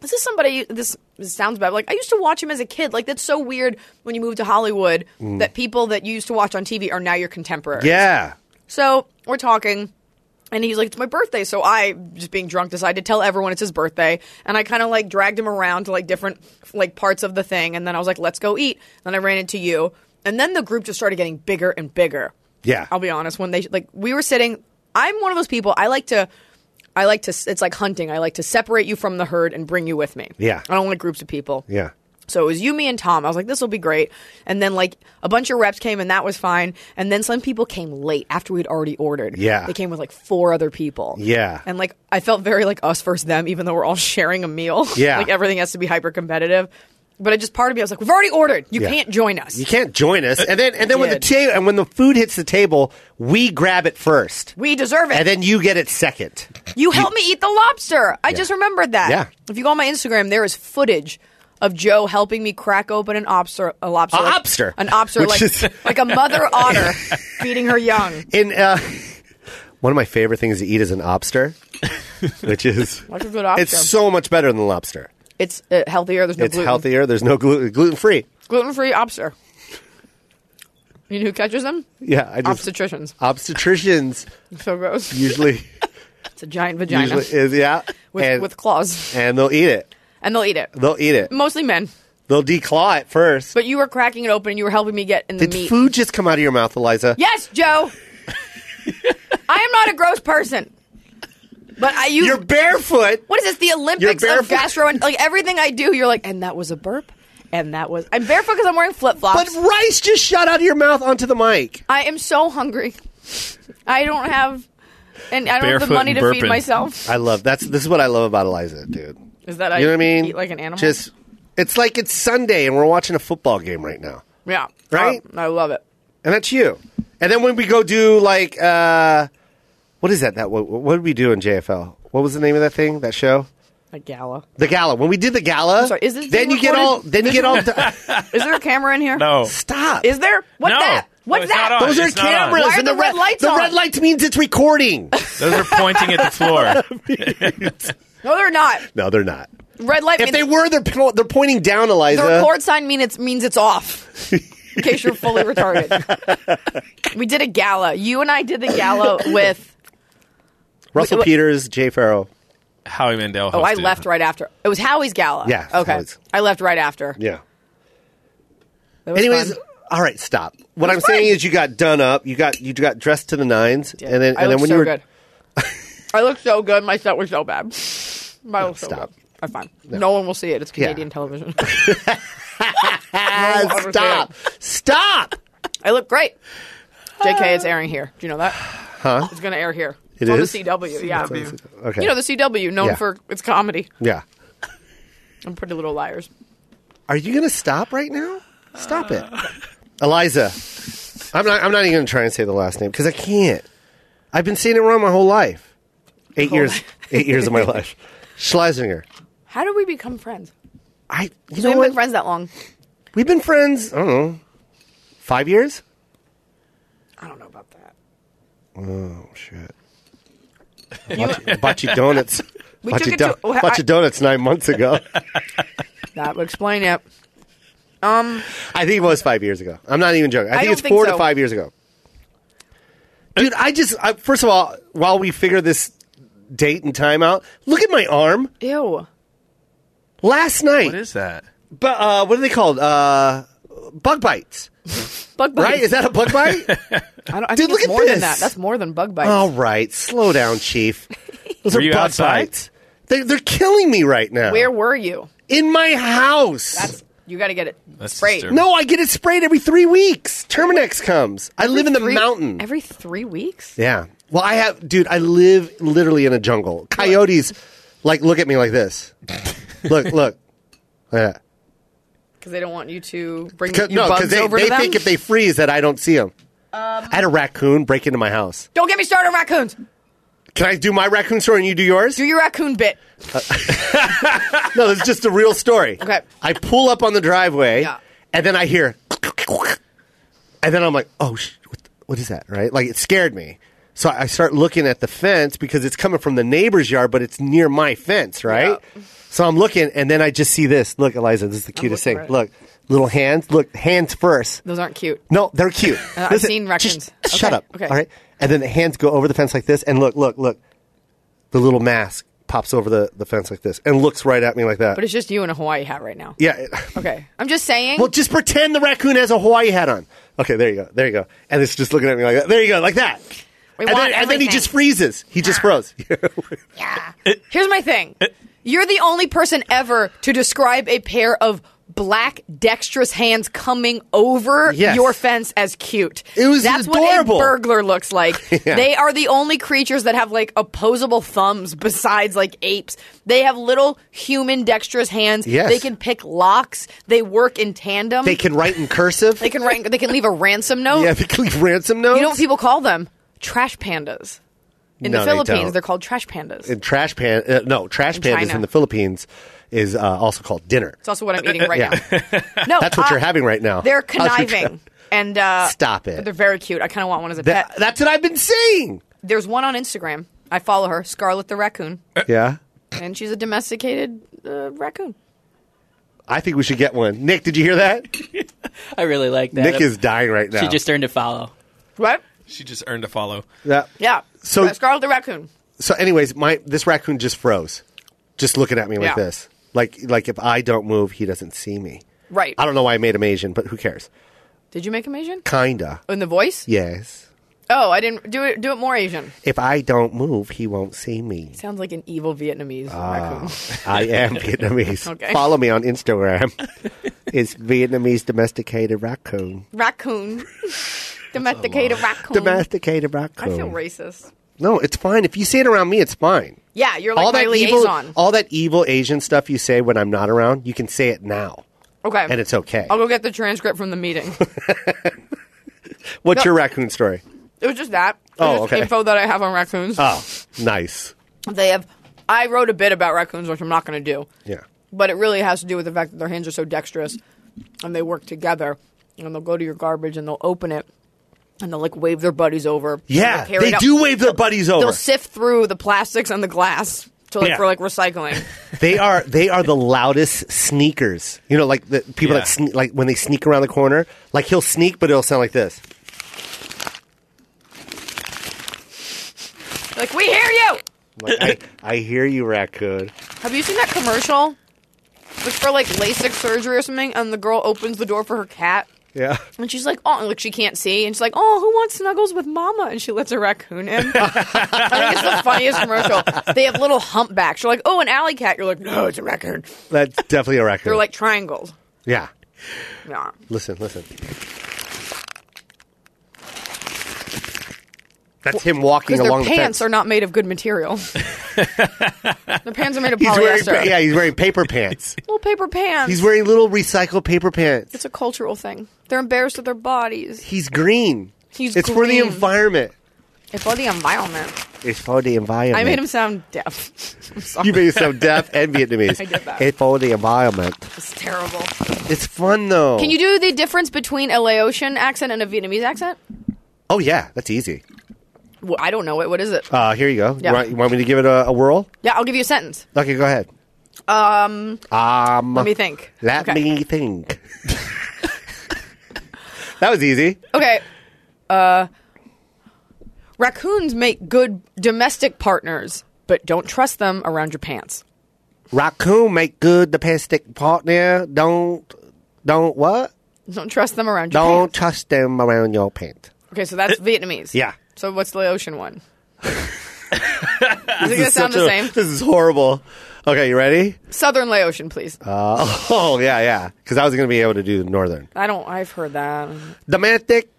this is somebody. This, this sounds bad. but, Like I used to watch him as a kid. Like that's so weird when you move to Hollywood
Mm.
that people that you used to watch on TV are now your contemporaries.
Yeah.
So we're talking, and he's like, "It's my birthday." So I, just being drunk, decided to tell everyone it's his birthday, and I kind of like dragged him around to like different like parts of the thing, and then I was like, "Let's go eat." Then I ran into you, and then the group just started getting bigger and bigger.
Yeah.
I'll be honest. When they like, we were sitting. I'm one of those people. I like to. I like to. It's like hunting. I like to separate you from the herd and bring you with me.
Yeah.
I don't like groups of people.
Yeah.
So it was you, me, and Tom. I was like, this will be great. And then like a bunch of reps came, and that was fine. And then some people came late after we'd already ordered.
Yeah.
they came with like four other people.
Yeah.
and like I felt very like us versus them, even though we're all sharing a meal.
Yeah.
like everything has to be hyper competitive. But it just part of me, I was like, we've already ordered. You
Yeah.
can't join us.
You can't join us. And then and then when the
did.
table and when the food hits the table, we grab it first.
we deserve it.
And then you get it second.
You helped me eat the lobster. I just remembered that.
Yeah.
If you go on my Instagram, there is footage of Joe helping me crack open an lobster, a lobster,
A
like-
lobster.
an lobster,
Which
like
is-
like a mother otter feeding her young.
In uh, one of my favorite things to eat is an lobster, which is
What's a good lobster?
it's so much better than lobster.
It's uh, healthier. There's no
It's
gluten.
healthier. There's no gluten gluten free.
Gluten free lobster. You know who catches them?
Yeah, I just
Obstetricians.
Uh, obstetricians
So gross.
usually
It's a giant vagina
usually is yeah
with,
and,
with claws,
and they'll eat it.
and they'll eat it.
They'll eat it.
Mostly men.
They'll declaw it first.
But you were cracking it open. and You were helping me get in the
Did
meat.
food just come out of your mouth, Eliza?
Yes, Joe. I am not a gross person. But I use
You're barefoot.
what is this? The Olympics of
barefoot.
gastro and like everything I do, you're like, and that was a burp, and that was I'm barefoot because I'm wearing flip
But
flops.
rice just shot out of your mouth onto the mic.
I am so hungry. I don't have, and I don't have
Barefoot
the money to
and
feed
burping.
myself.
I love that's this is what I love about Eliza, dude.
Is that I?
you know what I mean?
Eat like an animal.
Just it's like it's Sunday and we're watching a football game right now,
yeah, Oh,
Right?
I, I love it.
and that's you. And then when we go do like uh, what is that? That what, what did we do in JFL? What was the name of that thing? That show?
A gala.
The gala. When we did the gala,
sorry, is this
then
being
you get
recorded?
all then you get all
Is there a camera in here?
No.
stop.
Is there? What's
No.
that? What's
No, it's
that?
not on.
Those are
It's not on.
cameras
Why are
and
the
the,
red lights
The
on?
red lights means it's recording.
Those are pointing at the floor.
No, they're not.
no, they're not.
Red light.
If
means-
they were, they're po- they're pointing down, Eliza.
The record sign mean it's means it's off. In case you're fully retarded. we did a gala. You and I did the gala with
Russell
Wait, wait.
Peters, Jay Farrow.
Howie Mandel.
Oh, I
hosted.
left right after. It was Howie's gala.
Yeah,
Okay.
Howie's.
I left right after.
Yeah.
That was
Anyways,
fun.
all right, stop. What I'm saying is, you got done up. You got you got dressed to the nines, and then and
I
then
looked
when
so
you were
good. I looked so good. My set was so bad. My was so
stop.
bad. I'm fine. No. one will see it. It's Canadian television.
Ah,
understand.
stop, stop.
I look great. JK, it's airing here. Do you know that? Huh? It's going to air here. It's
It
on
is?
the CW. Yeah.
Okay,
You know the CW, known
Yeah.
for its comedy
yeah.
and Pretty Little Liars.
Are you gonna stop right now? Stop it, Eliza. I'm not. I'm not even gonna try and say the last name because I can't. I've been saying it wrong my whole life. Eight years. Eight years of my life. Schlesinger.
How did we become friends?
I. You
We
know
haven't
what?
been friends that long.
We've been friends. I don't know. Five years.
I don't know about that.
Oh shit. Bocce, Bocce donuts.
We took
Bocce,
it
do-
to- well, I-
Bocce donuts nine months ago.
That would explain it.
I think it was five years ago. I'm not even joking. I,
I
think
don't
it's
think
four to
so.
five years ago. Dude, I just I, first of all, while we figure this date and time out, look at my arm.
Ew.
Last night,
What is that?
bu- uh, what are they called? Uh, bug bites,
Bug bites.
right? Is that a bug bite?
I, don't, I
Dude,
think
look
it's
at
more
this. Oh,
than that. That's more than bug bites.
all right, slow down, chief. Those
Were
are
you
bug
outside?
bites. They, they're killing me right now.
Where were you?
in my house?
That's you got to get it
That's
sprayed.
disturbing.
No, I get it sprayed every three weeks. Terminex comes. I live in the
Three-
mountain.
every three weeks.
yeah. Well, I have, dude. I live literally in a jungle. Coyotes, like, look at me like this. look, look. Yeah.
Because they don't want you to bring
C-
your
no,
bugs
they,
over
they
to them. Um.
think if they freeze that I don't see them. I had a raccoon break into my house.
don't get me started on raccoons.
Can I do my raccoon story and you do yours?
Do your raccoon bit.
no, this is just a real story.
Okay.
I pull up on the driveway,
Yeah.
and then I hear, and then I'm like, oh, sh- what, what is that? Right? Like it scared me. So I start looking at the fence because it's coming from the neighbor's yard, but it's near my fence, right? So I'm looking, and then I just see this. Look, Eliza, this is the cutest
looking
thing.
right.
Look, little hands. Look, hands first.
Those aren't cute.
No, they're cute.
Uh, I've
Listen,
seen raccoons.
shh, Shut
Okay,
up.
okay.
All right. And then the hands go over the fence like this, and look, look, look. The little mask pops over the, the fence like this and looks right at me like that.
But it's just you in a Hawaii hat right now.
yeah. it-
Okay. I'm just saying.
Well, just pretend the raccoon has a Hawaii hat on. Okay, there you go. There you go. And it's just looking at me like that. There you go, like that.
We
and
want
then, and then he
everything. Ah.
just freezes. He just froze.
Here's my thing. You're the only person ever to describe a pair of black dexterous hands coming over
Yes.
your fence as cute.
It was
That's
adorable.
what a burglar looks like.
Yeah.
They are the only creatures that have like opposable thumbs besides like apes. They have little human dexterous hands.
Yes.
They can pick locks. They work in tandem.
they can write in cursive.
they can rank, they can leave a ransom note.
yeah, they can leave ransom notes.
You know what people call them? Trash pandas. In
No,
the
they
Philippines,
don't.
are called trash pandas.
And trash pan. Uh, no, trash pandas
China.
in the Philippines is uh, also called dinner.
It's also what I'm eating right
Uh, Yeah.
now. No,
That's what
I-
you're having right now.
uh, They're
That's what you're-
conniving. And uh,
Stop it.
They're very cute. I kind of want one as a
That-
pet.
that's what I've been saying.
There's one on Instagram. I follow her, Scarlet the raccoon,
Yeah.
and she's a domesticated uh, raccoon.
I think we should get one. Nick, did you hear that?
I really like that.
Nick is dying right now.
She just earned a follow.
What?
She just earned a follow.
Yeah.
Yeah.
So-
Uh, Scarlet the raccoon.
So, anyways, my this raccoon just froze, just looking at me like
Yeah.
this. Like, like if I don't move, he doesn't see me.
Right.
I don't know why I made him Asian, but who cares?
Did you make him Asian?
Kinda.
In the voice?
Yes.
Oh, I didn't do it. Do it more Asian.
If I don't move, he won't see me.
Sounds like an evil Vietnamese
Ah.
raccoon.
I am Vietnamese.
Okay.
Follow me on Instagram. it's Vietnamese domesticated raccoon.
Hmm. Raccoon. domesticated raccoon.
Domesticated
I
raccoon.
feel racist.
No, it's fine. If you say it around me, it's fine.
Yeah, you're like
all
my
that
liaison.
evil, all that evil Asian stuff you say when I'm not around, you can say it now,
okay.
and it's okay.
I'll go get the transcript from the meeting.
What's
No.
your raccoon story?
It was just that. It
Oh,
was just
okay.
Info that I have on raccoons.
Oh, nice.
they have. I wrote a bit about raccoons, which I'm not going to do,
Yeah.
but it really has to do with the fact that their hands are so dexterous, and they work together, and they'll go to your garbage and they'll open it, and they'll like wave their buddies over. and
Yeah,
they'll carry
they
it out.
do wave their buddies over.
They'll sift through the plastics and the glass to like
Yeah.
for like recycling.
They are they are the loudest sneakers. You know, like the people
Yeah.
that sne- like when they sneak around the corner. Like he'll sneak, but it'll sound like this.
like we hear you.
I'm like, I, I hear you, raccoon.
Have you seen that commercial? It's for like LASIK surgery or something, and the girl opens the door for her cat,
Yeah.
And she's like, oh, and look, she can't see. And she's like, oh, who wants snuggles with mama? And she lets a raccoon in. I think it's the funniest commercial. They have little humpbacks. You're like, oh, an alley cat. You're like, no, it's a raccoon.
That's definitely a record.
They're like triangles.
yeah.
Yeah.
Listen, listen. That's him walking
Because their
along the
pants
fence.
are not made of good material. their pants are made of
he's wearing,
polyester.
pa- yeah, he's wearing paper pants.
Little paper pants.
He's wearing little recycled paper pants.
it's a cultural thing. They're embarrassed of their bodies.
He's green.
He's
it's for the
green.
environment.
It's for the environment.
It's for the environment.
I made him sound deaf. I'm sorry.
You made yourself deaf and Vietnamese.
I did that.
It's for the environment.
It's terrible.
It's fun though.
Can you do the difference between a Laotian accent and a Vietnamese accent?
Oh yeah, that's easy.
Well, I don't know it. What is it?
Uh, here you go.
Yeah.
You, want, you want me to give it a, a whirl?
Yeah, I'll give you a sentence.
Okay, go ahead. Um. Um.
Let me think.
Let
okay.
me think. that was easy.
Okay. Uh, raccoons make good domestic partners, but don't trust them around your pants.
Raccoon make good domestic partner. Don't don't what?
Don't trust them around your
Don't
pants.
trust them around your pants.
Okay, so that's Vietnamese.
Yeah.
So what's the Laotian one? is it going to sound the same?
This is horrible. Okay, you ready?
Southern Laotian, please.
Oh yeah, yeah. Because I was gonna be able to do the northern
I don't. I've heard that.
domestic.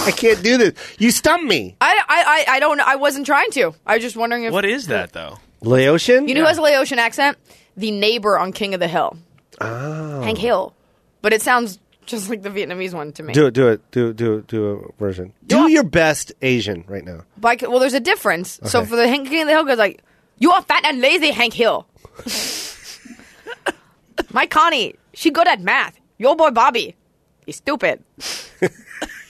I can't do this. You stump me.
I, I, I, I don't. I wasn't trying to. I was just wondering if
What is that though?
Laotian.
You know who has a Laotian accent? The neighbor on King of the Hill. Oh. Hank Hill. But it sounds just like the Vietnamese one to me.
Do it, do it, do do do a version. Do your best Asian right now.
But I c- well, there's a difference. So for the Hank King of the Hill goes like, "You are fat and lazy, Hank Hill." My Connie, she good at math. Your boy Bobby, he's stupid.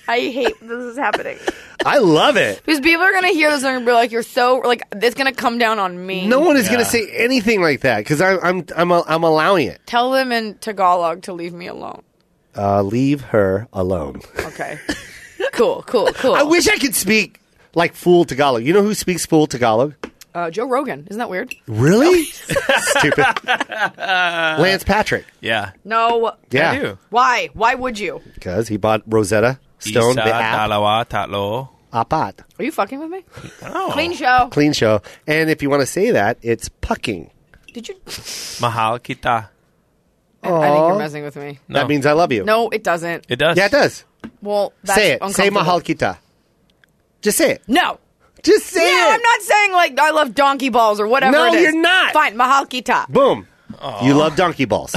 I hate this is happening
I love it.
because people are gonna hear this and be like, "You're so like it's gonna come down on me."
No one is going
Yeah.
to say anything like that because I'm I'm I'm, a, I'm allowing it.
tell them in Tagalog to leave me alone.
Uh, leave her alone.
Okay, cool, cool, cool.
I wish I could speak like full Tagalog. You know who speaks full Tagalog?
uh, Joe Rogan, isn't that weird?
Really? Stupid. Lance Patrick.
Yeah.
No.
Yeah.
I do.
Why? Why would you?
Because he bought Rosetta Stone the
Isa,
app.
dalawa, tatlo.
Apat.
Are you fucking with me?
Oh.
Clean show.
Clean show. And if you want to say that, it's pucking.
Did you?
Mahal kita.
I, I think you're messing with me.
No.
That means I love you.
No, it doesn't.
It does.
Yeah, it does.
Well, that's
say it. Say
uncomfortable.
Mahal Kita. Just say it.
No.
Just say
Yeah,
it.
I'm not saying like I love donkey balls or whatever.
No,
it is.
you're not.
Fine, Mahal Kita.
Boom. You love donkey balls.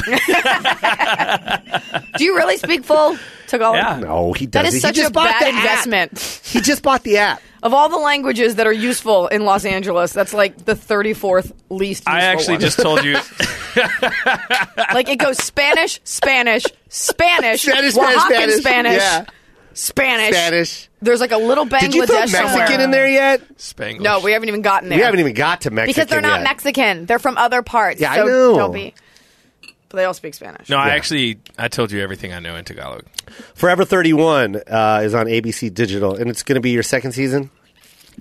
Do you really speak full Tagalog?
Yeah.
no, he
That
doesn't.
is such
he just
a
bought
bad
the
investment.
App. He just bought the app.
Of all the languages that are useful in Los Angeles, that's like the 34th least useful
I actually
one.
just told you.
Like it goes Spanish, Spanish, Spanish,
Spanish,
Oaxacan
Spanish, Spanish.
Spanish,
Yeah.
Spanish.
Spanish.
There's like a little Bangladesh
Did you throw Mexican
somewhere.
in there yet?
Spanglish.
No, we haven't even gotten there.
We haven't even got to Mexican
because they're not
yet.
Mexican. They're from other parts.
Yeah, I
so
know.
Don't be. But they all speak Spanish.
No, I actually I told you everything I know in Tagalog.
Forever 31 uh, is on ABC Digital, and it's going to be your second season.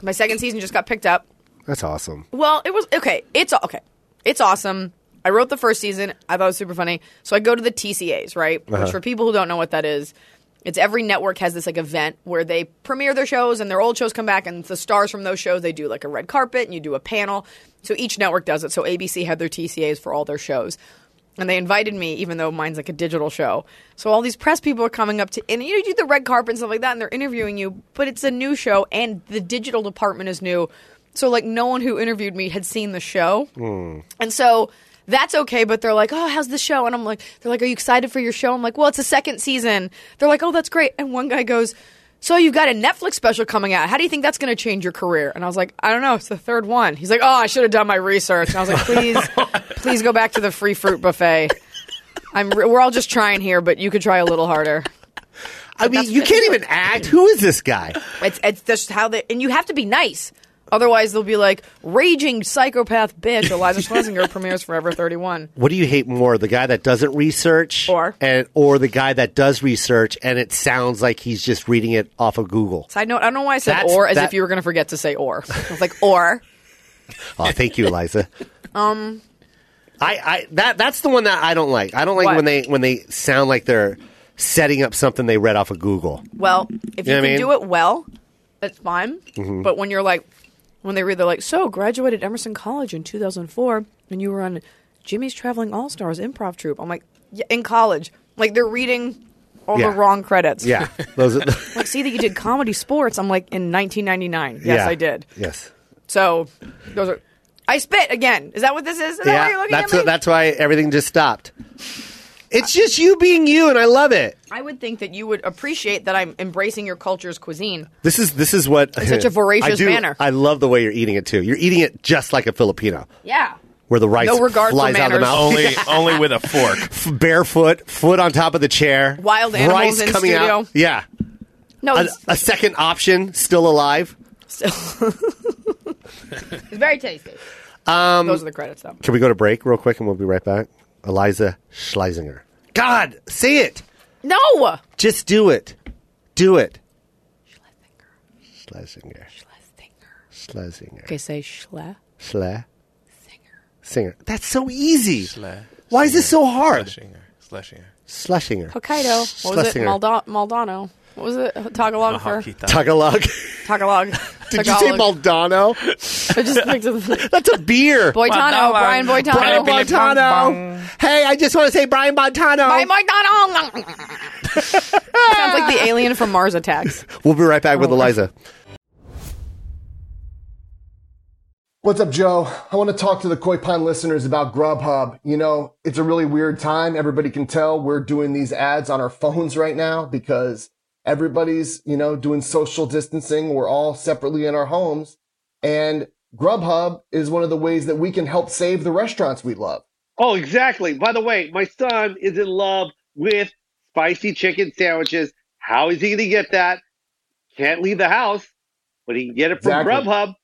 My second season just got picked up.
That's awesome.
Well, it was okay. It's okay. It's awesome. I wrote the first season. I thought it was super funny. So I go to the TCAs, right? Which for people who don't know what that is, it's every network has this like event where they premiere their shows and their old shows come back and the stars from those shows they do like a red carpet and you do a panel. So each network does it. So ABC had their TCAs for all their shows. And they invited me, even though mine's like a digital show. So all these press people are coming up to, and you know, you do the red carpet and stuff like that, and they're interviewing you, but it's a new show, and the digital department is new. So, like, no one who interviewed me had seen the show. And so that's okay, but they're like, oh, how's the show? And I'm like, they're like, are you excited for your show? I'm like, well, it's a second season. They're like, oh, that's great. And one guy goes, so you've got a Netflix special coming out. How do you think that's going to change your career? And I was like, I don't know. It's the third one. He's like, oh, I should have done my research. And I was like, please, please go back to the free fruit buffet. I'm. Re- we're all just trying here, but you could try a little harder.
I mean, you can't even act. Who is this guy?
It's it's just how they and you have to be nice. Otherwise, they'll be like raging psychopath bitch. Eliza Schlesinger premieres Forever 31.
What do you hate more, the guy that doesn't research,
Or-
and or the guy that does research and it sounds like he's just reading it off of Google?
Side note, I don't know why I said
That's-
or as
that-
if you were going to forget to say or. I was like, or.
Oh, thank you, Eliza. um, I, I that that's the one that I don't like. I don't like
What?
when they when they sound like they're setting up something they read off of Google.
Well, if
You know what I
you, can
mean? Mm-hmm.
do it well, that's fine. But when you're like, when they read, they're like, so graduated Emerson College in 2004, and you were on Jimmy's Traveling All Stars improv troupe. I'm like, yeah, in college. Like, they're reading all
Yeah.
the wrong credits.
Yeah, those. Are
Like, see that you did comedy sports. I'm like, in 1999. Yes,
Yeah.
I did.
Yes.
So, those are. I spit again. Is that what this is? Is that why you're looking
that's
at me?
what- that's why everything just stopped. It's just you being you, and I love it.
I would think that you would appreciate that I'm embracing your culture's cuisine.
This is this is what
such a voracious
I do-
manner.
I love the way you're eating it too. You're eating it just like a Filipino,
Yeah.
where the rice
No regard for
flies out of the
manners.
mouth,
only only with a fork.
F- barefoot, foot on top of the chair,
Wild animals
rice
in
coming out.
studio.
Yeah,
No,
a,
it's-
a second option, still alive.
It's very tasty. Um, Those are the credits, though.
Can we go to break real quick, and we'll be right back. Eliza Schleisinger. God, say it.
No,
Just do it. Do it. Schlesinger. Schlesinger.
Okay, say schle.
Schle. Singer. That's so easy. Why is this so hard?
Schlesinger. Schlesinger.
Schlesinger.
Hokkaido. What was it?
Schlesinger.
Malda- Maldano. What was it? Tagalog for
Mahakita.
Tagalog.
Tagalog.
Did you say
Tagalog.
Maldano?
I just picked up-
That's a beer.
Boitano. Brian Boitano.
Brian
Billy Pong
Montano. Hey, I just want to say Brian Montano.
Brian Boitano. Sounds like the alien from Mars Attacks.
We'll be right back with Eliza.
What's up, Joe? I want to talk to the Koi Pond listeners about Grubhub. You know, it's a really weird time. Everybody can tell we're doing these ads on our phones right now because everybody's, you know, doing social distancing. We're all separately in our homes. And Grubhub is one of the ways that we can help save the restaurants we love.
Oh, exactly. By the way, my son is in love with spicy chicken sandwiches. How is he going to get that? Can't leave the house, but he can get it from
Exactly.
Grubhub.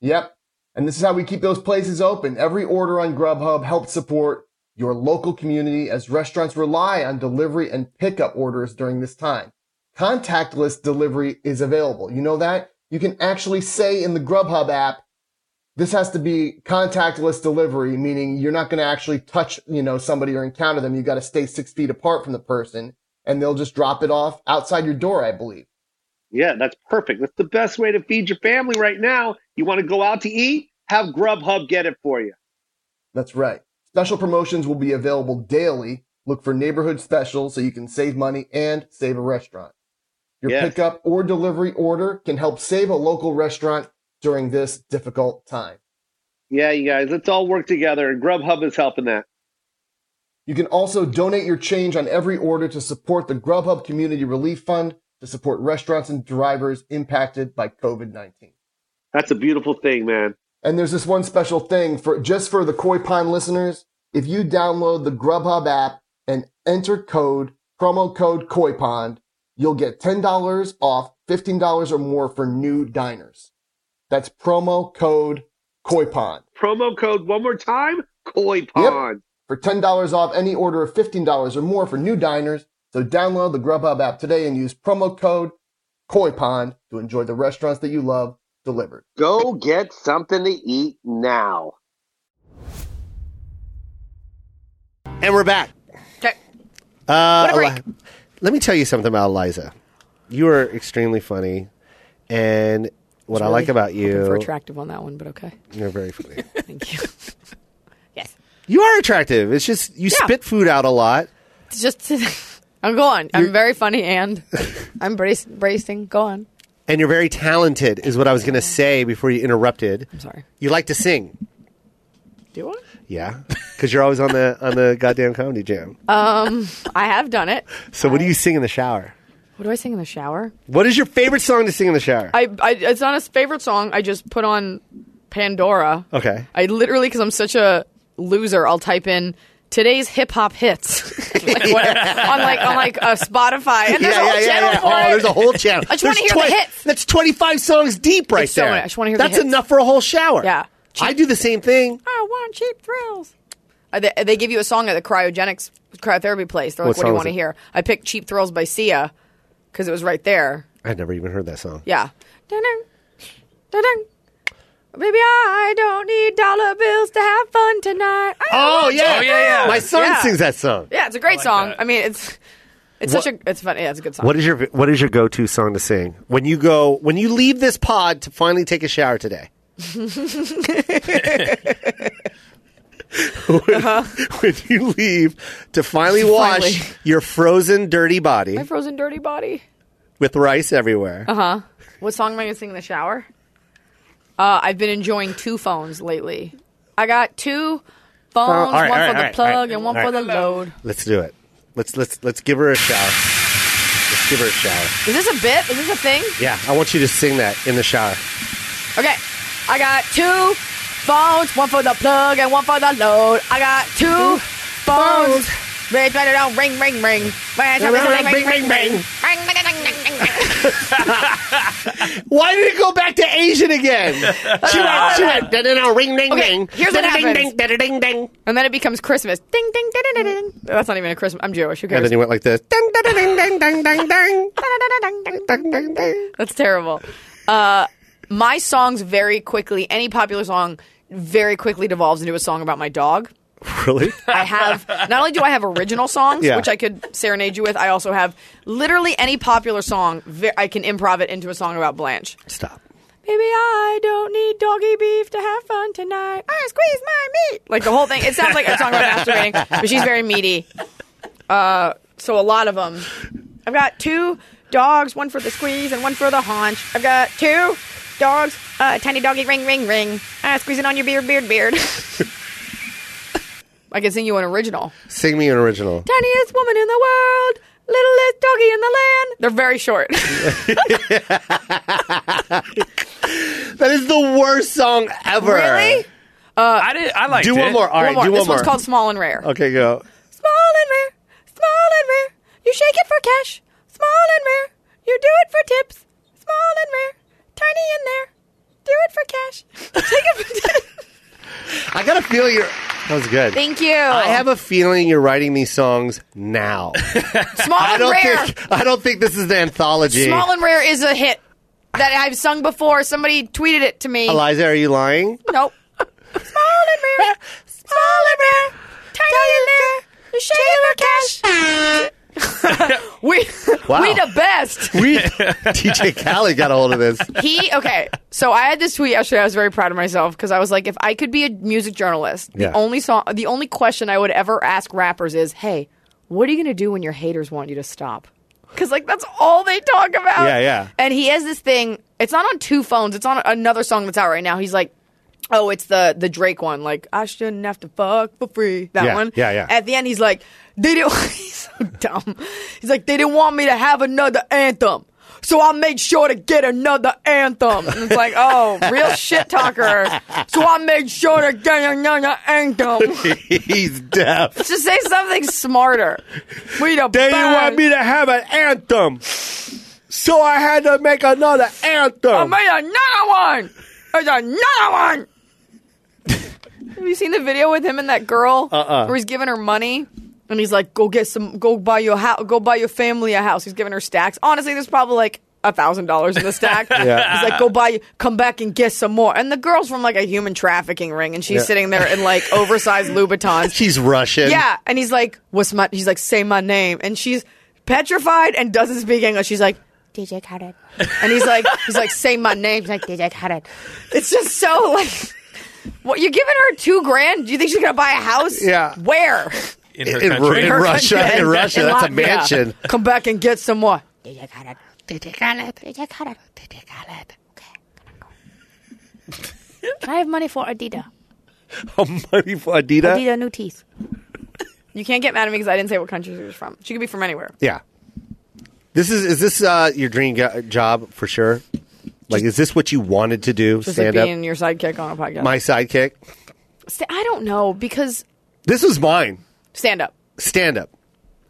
Yep. And this is how we keep those places open. Every order on Grubhub helps support your local community as restaurants rely on delivery and pickup orders during this time. Contactless delivery is available. You know that? You can actually say in the Grubhub app, this has to be contactless delivery, meaning you're not going to actually touch, you know, somebody or encounter them. You got to stay six feet apart from the person and they'll just drop it off outside your door, I believe.
Yeah, that's perfect. That's the best way to feed your family right now. You want to go out to eat? Have Grubhub get it for you.
That's right. Special promotions will be available daily. Look for neighborhood specials so you can save money and save a restaurant. Your
Yes.
pickup or delivery order can help save a local restaurant during this difficult time.
Yeah, you guys, let's all work together, and Grubhub is helping that.
You can also donate your change on every order to support the Grubhub Community Relief Fund to support restaurants and drivers impacted by COVID 19.
That's a beautiful thing, man.
And there's this one special thing for just for the Koi Pond listeners. If you download the Grubhub app and enter code promo code Koi Pond, you'll get ten dollars off fifteen dollars or more for new diners. That's promo code Koi Pond
Promo code one more time Koi Pond.
for ten dollars off any order of fifteen dollars or more for new diners. So download the Grubhub app today and use promo code Koi Pond to enjoy the restaurants that you love delivered.
Go get something to eat now.
And we're back.
Okay.
Uh,
What a break.
Eli- Let me tell you something about Eliza. You are extremely funny, and what I like
Really
about
hoping For
you,
attractive on that one, but okay.
you're very funny.
Thank you. yes.
you are attractive. It's just you
Yeah.
spit food out a lot.
It's just. I'm going. I'm very funny and I'm brace- bracing. Go on.
and you're very talented is what I was going to say before you interrupted.
I'm sorry.
You like to sing.
Do I?
Yeah. Cuz you're always on the on the goddamn comedy jam.
Uh, I have done it.
so what do you sing in the shower?
What do I sing in the shower?
What is your favorite song to sing in the shower?
I, I it's not his favorite song. I just put on Pandora.
okay.
I literally because I'm such a loser, I'll type in today's hip hop hits like, what- on like on like uh, Spotify, and there's a whole channel for
Oh,
it.
there's a whole channel.
I just wanna
There's
hear the hits.
That's 25 songs deep right
It's so
there.
many. I just wanna hear the
That's
hits.
enough for a whole shower.
Yeah.
I do the same thing.
I want cheap thrills. Uh, They, they give you a song at the cryogenics cryotherapy place. They're like,
What
"What do you
song
want to
is it?
hear?" I picked "Cheap Thrills" by Sia because it was right there.
I've never even heard that song.
Yeah. Dun-dun. Dun-dun. Baby, I don't need dollar bills to have fun tonight. I
Oh yeah.
Oh, yeah, yeah.
My son
Yeah.
sings that song.
Yeah, it's a great
like
song.
that.
I mean, it's It's such a it's fun. Yeah, it's a good song.
What is your what is your go to song to sing when you go when you leave this pod to finally take a shower today? when, when you leave to finally wash
Uh-huh. Finally.
your frozen dirty body
My frozen dirty body.
with rice everywhere,
What song am I gonna sing in the shower? Uh, I've been enjoying two phones lately. I got two phones,
all right,
one
all right,
for
all
the
right,
plug
all right,
and one
all
for
right.
the load.
let's do it. Let's let's let's give her a shower. Let's give her a shower.
Is this a bit? Is this a thing?
Yeah, I want you to sing that in the shower.
Okay. I got two phones, one for the plug and one for the load. I got two phones. Ring, ring, ring, ring, ring. Ring, ring, ring, ring, ring, ring. Ring, ring, ring, ring, ring, ring.
Why did it go back to Asian again? she went, she went, da da da, ring, ding,
Okay,
ding.
here's what
Da-da-ding,
happens.
ding, da-da-ding, ding.
And then it becomes Christmas. Ding, ding, ding, ding, ding. ding. That's not even a Christmas. I'm Jewish. Who
And
cares?
then he went like this. Ding, da, da, ding, ding, ding, ding, ding. Ding, ding, ding.
That's terrible. Uh, my songs very quickly, any popular song very quickly devolves into a song about my dog.
Really?
I have not only do I have original songs,
Yeah.
which I could serenade you with, I also have literally any popular song. Ve- I can improv it into a song about Blanche.
Stop.
Maybe I don't need doggy beef to have fun tonight. I squeeze my meat. Like the whole thing. It sounds like a song about masturbating, but she's very meaty. Uh, so a lot of them. I've got two dogs, one for the squeeze and one for the haunch. I've got two dogs, uh, tiny doggy ring, ring, ring. I squeeze it on your beard, beard, beard. I can sing you an original.
Sing me an original.
Tiniest woman in the world, littlest doggy in the land. They're very short.
That is the worst song ever.
really?
I did. I liked
Do
it.
one more. All
one
right,
more.
do one
this
more.
one's called Small and Rare.
okay, go.
Small and rare, small and rare. You shake it for cash. Small and rare. You do it for tips. Small and rare. Tiny in there. Do it for cash. Take it for tips.
I got a feeling you're. That was good.
Thank you.
I have a feeling you're writing these songs now.
small
I
and
don't
rare.
think I don't think this is an anthology.
Small and rare is a hit that I've sung before. Somebody tweeted it to me.
Eliza, are you lying?
Nope. small and rare. Small and rare. Tiny in there. You shake it for cash. we
Wow.
we the best.
We DJ Khaled got a hold of this.
he okay so i had this tweet yesterday i was very proud of myself because i was like if i could be a music journalist the
Yeah.
only song the only question i would ever ask rappers is hey what are you going to do when your haters want you to stop because like that's all they talk about
Yeah, yeah.
and he has this thing it's not on two phones it's on another song that's out right now he's like oh it's the the drake one like i shouldn't have to fuck for free that
Yeah,
one
yeah, yeah.
at the end he's like they didn't he's so dumb he's like they didn't want me to have another anthem so I made sure to get another anthem. And it's like, oh, real shit talker. So I made sure to get another anthem.
He's deaf.
Just say something smarter. We the
They didn't
best.
want me to have an anthem. So I had to make another
I
anthem.
made another one. There's another one. Have you seen the video with him and that girl? Uh-uh. Where he's giving her money, and he's like, "Go get some. Go buy your house. Go buy your family a house." He's giving her stacks. Honestly, there's probably like a thousand dollars in the stack.
Yeah.
He's like, "Go buy. Come back and get some more." And the girl's from like a human trafficking ring, and she's
Yeah.
sitting there in like oversized Louboutins.
She's Russian.
Yeah, and he's like, "What's my?" He's like, "Say my name," and she's petrified and doesn't speak English. She's like,
DJ Khaled.
and he's like, "He's like, say my name." He's like,
DJ Khaled.
it's just so like, what you're giving her two grand? Do you think she's gonna buy a house?
Yeah.
where?
in her
In, in
country.
Russia, in Russia, that's a
Latvia.
mansion.
Come back and get some more.
DJ Khaled. DJ Khaled. DJ Khaled. DJ Khaled. Okay. gonna go. Can I have money for Adidas?
Money for Adidas.
Adidas new teeth.
You can't get mad at me because I didn't say what country she was from. She could be from anywhere.
Yeah. This is is this uh, your dream go- job for sure? Like, is this what you wanted to do?
Just
Stand up,
being your sidekick on a podcast.
my sidekick.
Sta- I don't know because
This was mine.
stand up.
Stand up.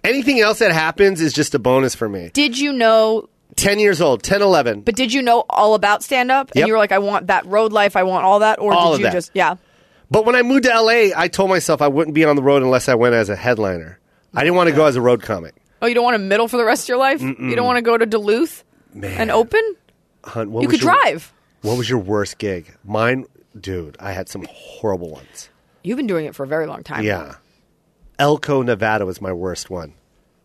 Anything else that happens is just a bonus for me.
Did you know
10 years old, 10, 11.
But did you know all about stand up? And
Yep.
you were like, I want that road life, I want all that, or
All
did
of
you
that.
just yeah.
But when I moved to LA, I told myself I wouldn't be on the road unless I went as a headliner. I didn't want to go as a road comic.
Oh, you don't want to middle for the rest of your life? You don't want to go to Duluth and open?
Hun, what
You
was
could
your-
drive.
What was your worst gig? Mine, dude, I had some horrible ones.
You've been doing it for a very long time.
Yeah. Elko, Nevada was my worst one.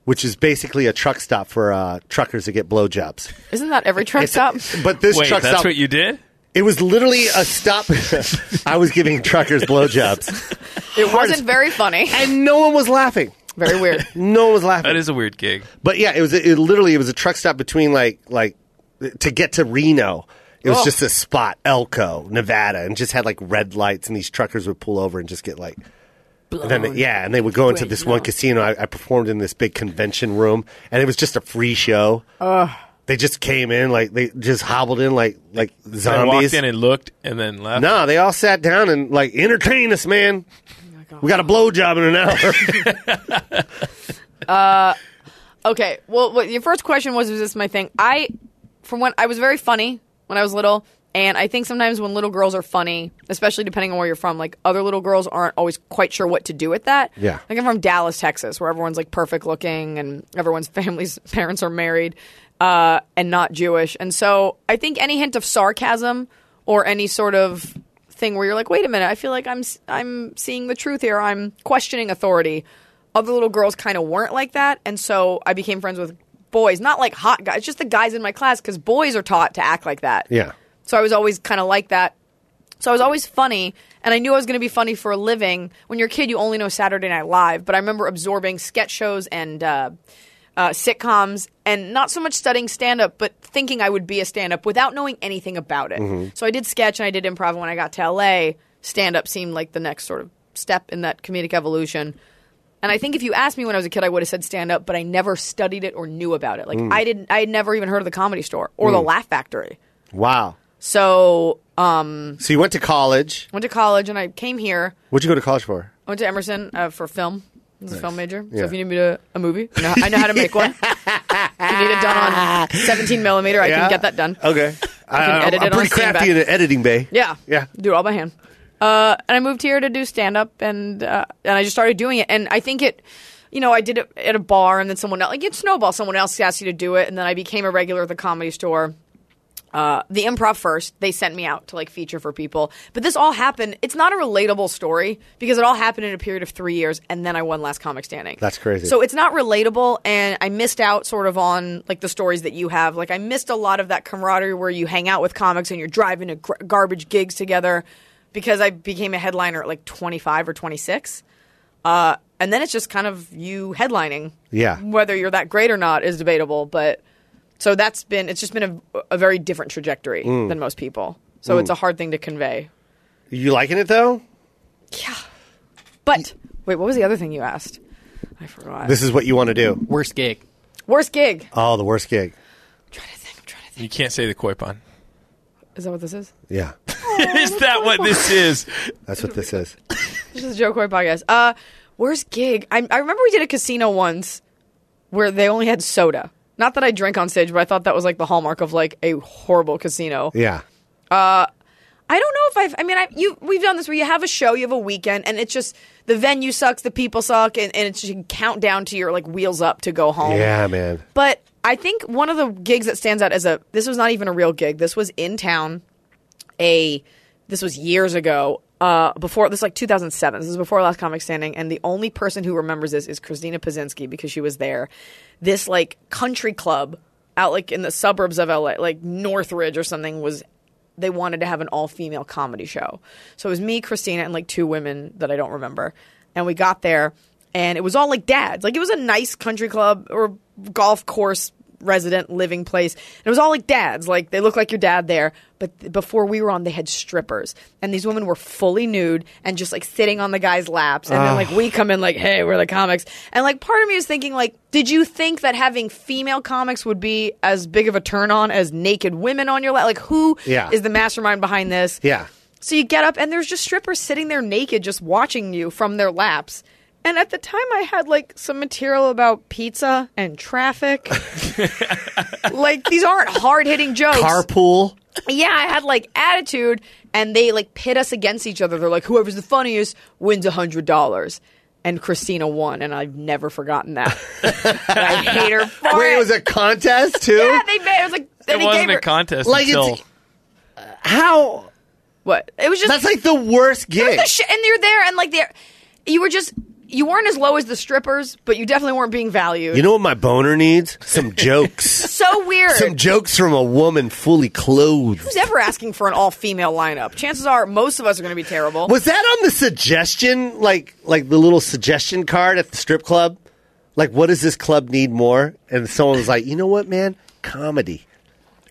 which is basically a truck stop for uh, truckers that get blowjobs.
Isn't that every truck
It's-
stop?
But this
Wait,
truck
that's
stop,
what you did?
it was literally a stop. I was giving truckers blowjobs,
It wasn't very funny.
and no one was laughing.
Very weird.
No one was laughing.
That is a weird gig.
But yeah, it was it literally it was a truck stop between like like to get to Reno. It was
Oh.
just a spot, Elko, Nevada, and just had like red lights, and these truckers would pull over and just get like. and then they- yeah, and they would go into this one casino. I, I performed in this big convention room, and it was just a free show. They just came in like they just hobbled in like like
I walked
zombies.
in and looked and then left.
no, they all sat down and like entertain us, man.
Oh
We got a blowjob in an hour.
Okay. Well, what, your first question was, was this my thing? I, from when I was very funny when I was little, and I think sometimes when little girls are funny, especially depending on where you're from, like other little girls aren't always quite sure what to do with that.
Yeah.
Like I'm from Dallas, Texas, where everyone's like perfect looking and everyone's families, parents are married, uh, and not Jewish. And so I think any hint of sarcasm or any sort of thing where you're like, wait a minute, I feel like I'm s- I'm seeing the truth here. I'm questioning authority other little girls kind of weren't like that, and so I became friends with boys, not like hot guys, just the guys in my class because boys are taught to act like that.
yeah,
So I was always kind of like that. So I was always funny, and I knew I was going to be funny for a living. When you're a kid, you only know Saturday Night Live, but I remember absorbing sketch shows and uh, uh, sitcoms, and not so much studying stand up, but thinking I would be a stand up without knowing anything about it. So I did sketch and I did improv, and when I got to LA, stand up seemed like the next sort of step in that comedic evolution. And I think if you asked me when I was a kid, I would have said stand up, but I never studied it or knew about it. Like I didn't, I had never even heard of the Comedy Store or the Laugh Factory.
wow.
So um,
So you went to college.
went to college and I came here.
What'd you go to college for?
I went to Emerson uh, for film. I was a film major.
Yeah.
So if you need me to a movie, you know, I know how to make one. If you need it done on 17 millimeter, I
Yeah. Oh.
can get that done.
Okay. I
can edit
am
it on
pretty
Standback.
crafty in an editing bay.
Yeah.
Yeah.
Do it all by hand. Uh, and I moved here to do stand up, and uh, and I just started doing it. And I think it, you know, I did it at a bar, and then someone else, like it snowball. Someone else asked you to do it, and then I became a regular at the comedy store. Uh, the improv first, they sent me out to like feature for people. But this all happened. It's not a relatable story because it all happened in a period of three years, and then I won Last Comic Standing.
That's crazy.
So it's not relatable, and I missed out sort of on like the stories that you have. Like I missed a lot of that camaraderie where you hang out with comics and you're driving to gr- garbage gigs together, because I became a headliner at like 25 or 26, uh, and then it's just kind of you headlining.
Yeah.
Whether you're that great or not is debatable, but so that's been it's just been a, a very different trajectory
Mm.
than most people. So it's a hard thing to convey.
You liking it though?
But wait, what was the other thing you asked? I forgot.
This is what you want to do.
Worst gig.
Worst gig.
Oh, the worst gig.
I'm trying to think. I'm trying to think.
You can't say the koi pond.
Is that what this is?
Yeah.
is that what this is?
That's what this is.
This is Joe Coy podcast. Uh, worst gig. I, I remember we did a casino once where they only had soda. Not that I drink on stage, but I thought that was like the hallmark of like a horrible casino.
Yeah.
I don't know if I've. I mean, I, you we've done this where you have a show, you have a weekend, and it's just the venue sucks, the people suck, and, and it's just you count down to your like wheels up to go home.
Yeah, man.
But I think one of the gigs that stands out as a this was not even a real gig. This was in town. A this was years ago. Uh, before this, was like 2007. This is before Last Comic Standing, and the only person who remembers this is Christina Pazinski because she was there. This like country club out like in the suburbs of LA, like Northridge or something, was they wanted to have an all female comedy show. So it was me, Christina, and like two women that I don't remember. And we got there and it was all like dads. Like it was a nice country club or golf course resident living place. And it was all like dads. Like they look like your dad there. But th- before we were on, they had strippers. And these women were fully nude and just like sitting on the guy's laps. And then like
Ah.
we come in like, hey, we're the comics. And like part of me was thinking like, did you think that having female comics would be as big of a turn on as naked women on your lap? Like who
Yeah.
is the mastermind behind this.
Yeah.
So you get up and there's just strippers sitting there naked, just watching you from their laps. And at the time, I had like some material about pizza and traffic. like these aren't hard hitting jokes.
Carpool.
yeah, I had like attitude, and they like pit us against each other. They're like, whoever's the funniest wins a hundred dollars. And Christina won, and I've never forgotten that. And I hate her for
Wait, it was a contest too?
yeah, they made it was like they
It wasn't
gave
a
her-
contest
Like, it's- uh,
until
How?
What it was just
That's like the worst gig.
the shit, and you're there, and like there, you were just you weren't as low as the strippers, but you definitely weren't being valued.
You know what my boner needs? Some jokes.
so weird.
Some jokes from a woman fully clothed.
Who's ever asking for an all-female lineup? Chances are, most of us are going to be terrible.
Was that on the suggestion, like like the little suggestion card at the strip club? Like, what does this club need more? And someone was like, you know what, man? Comedy,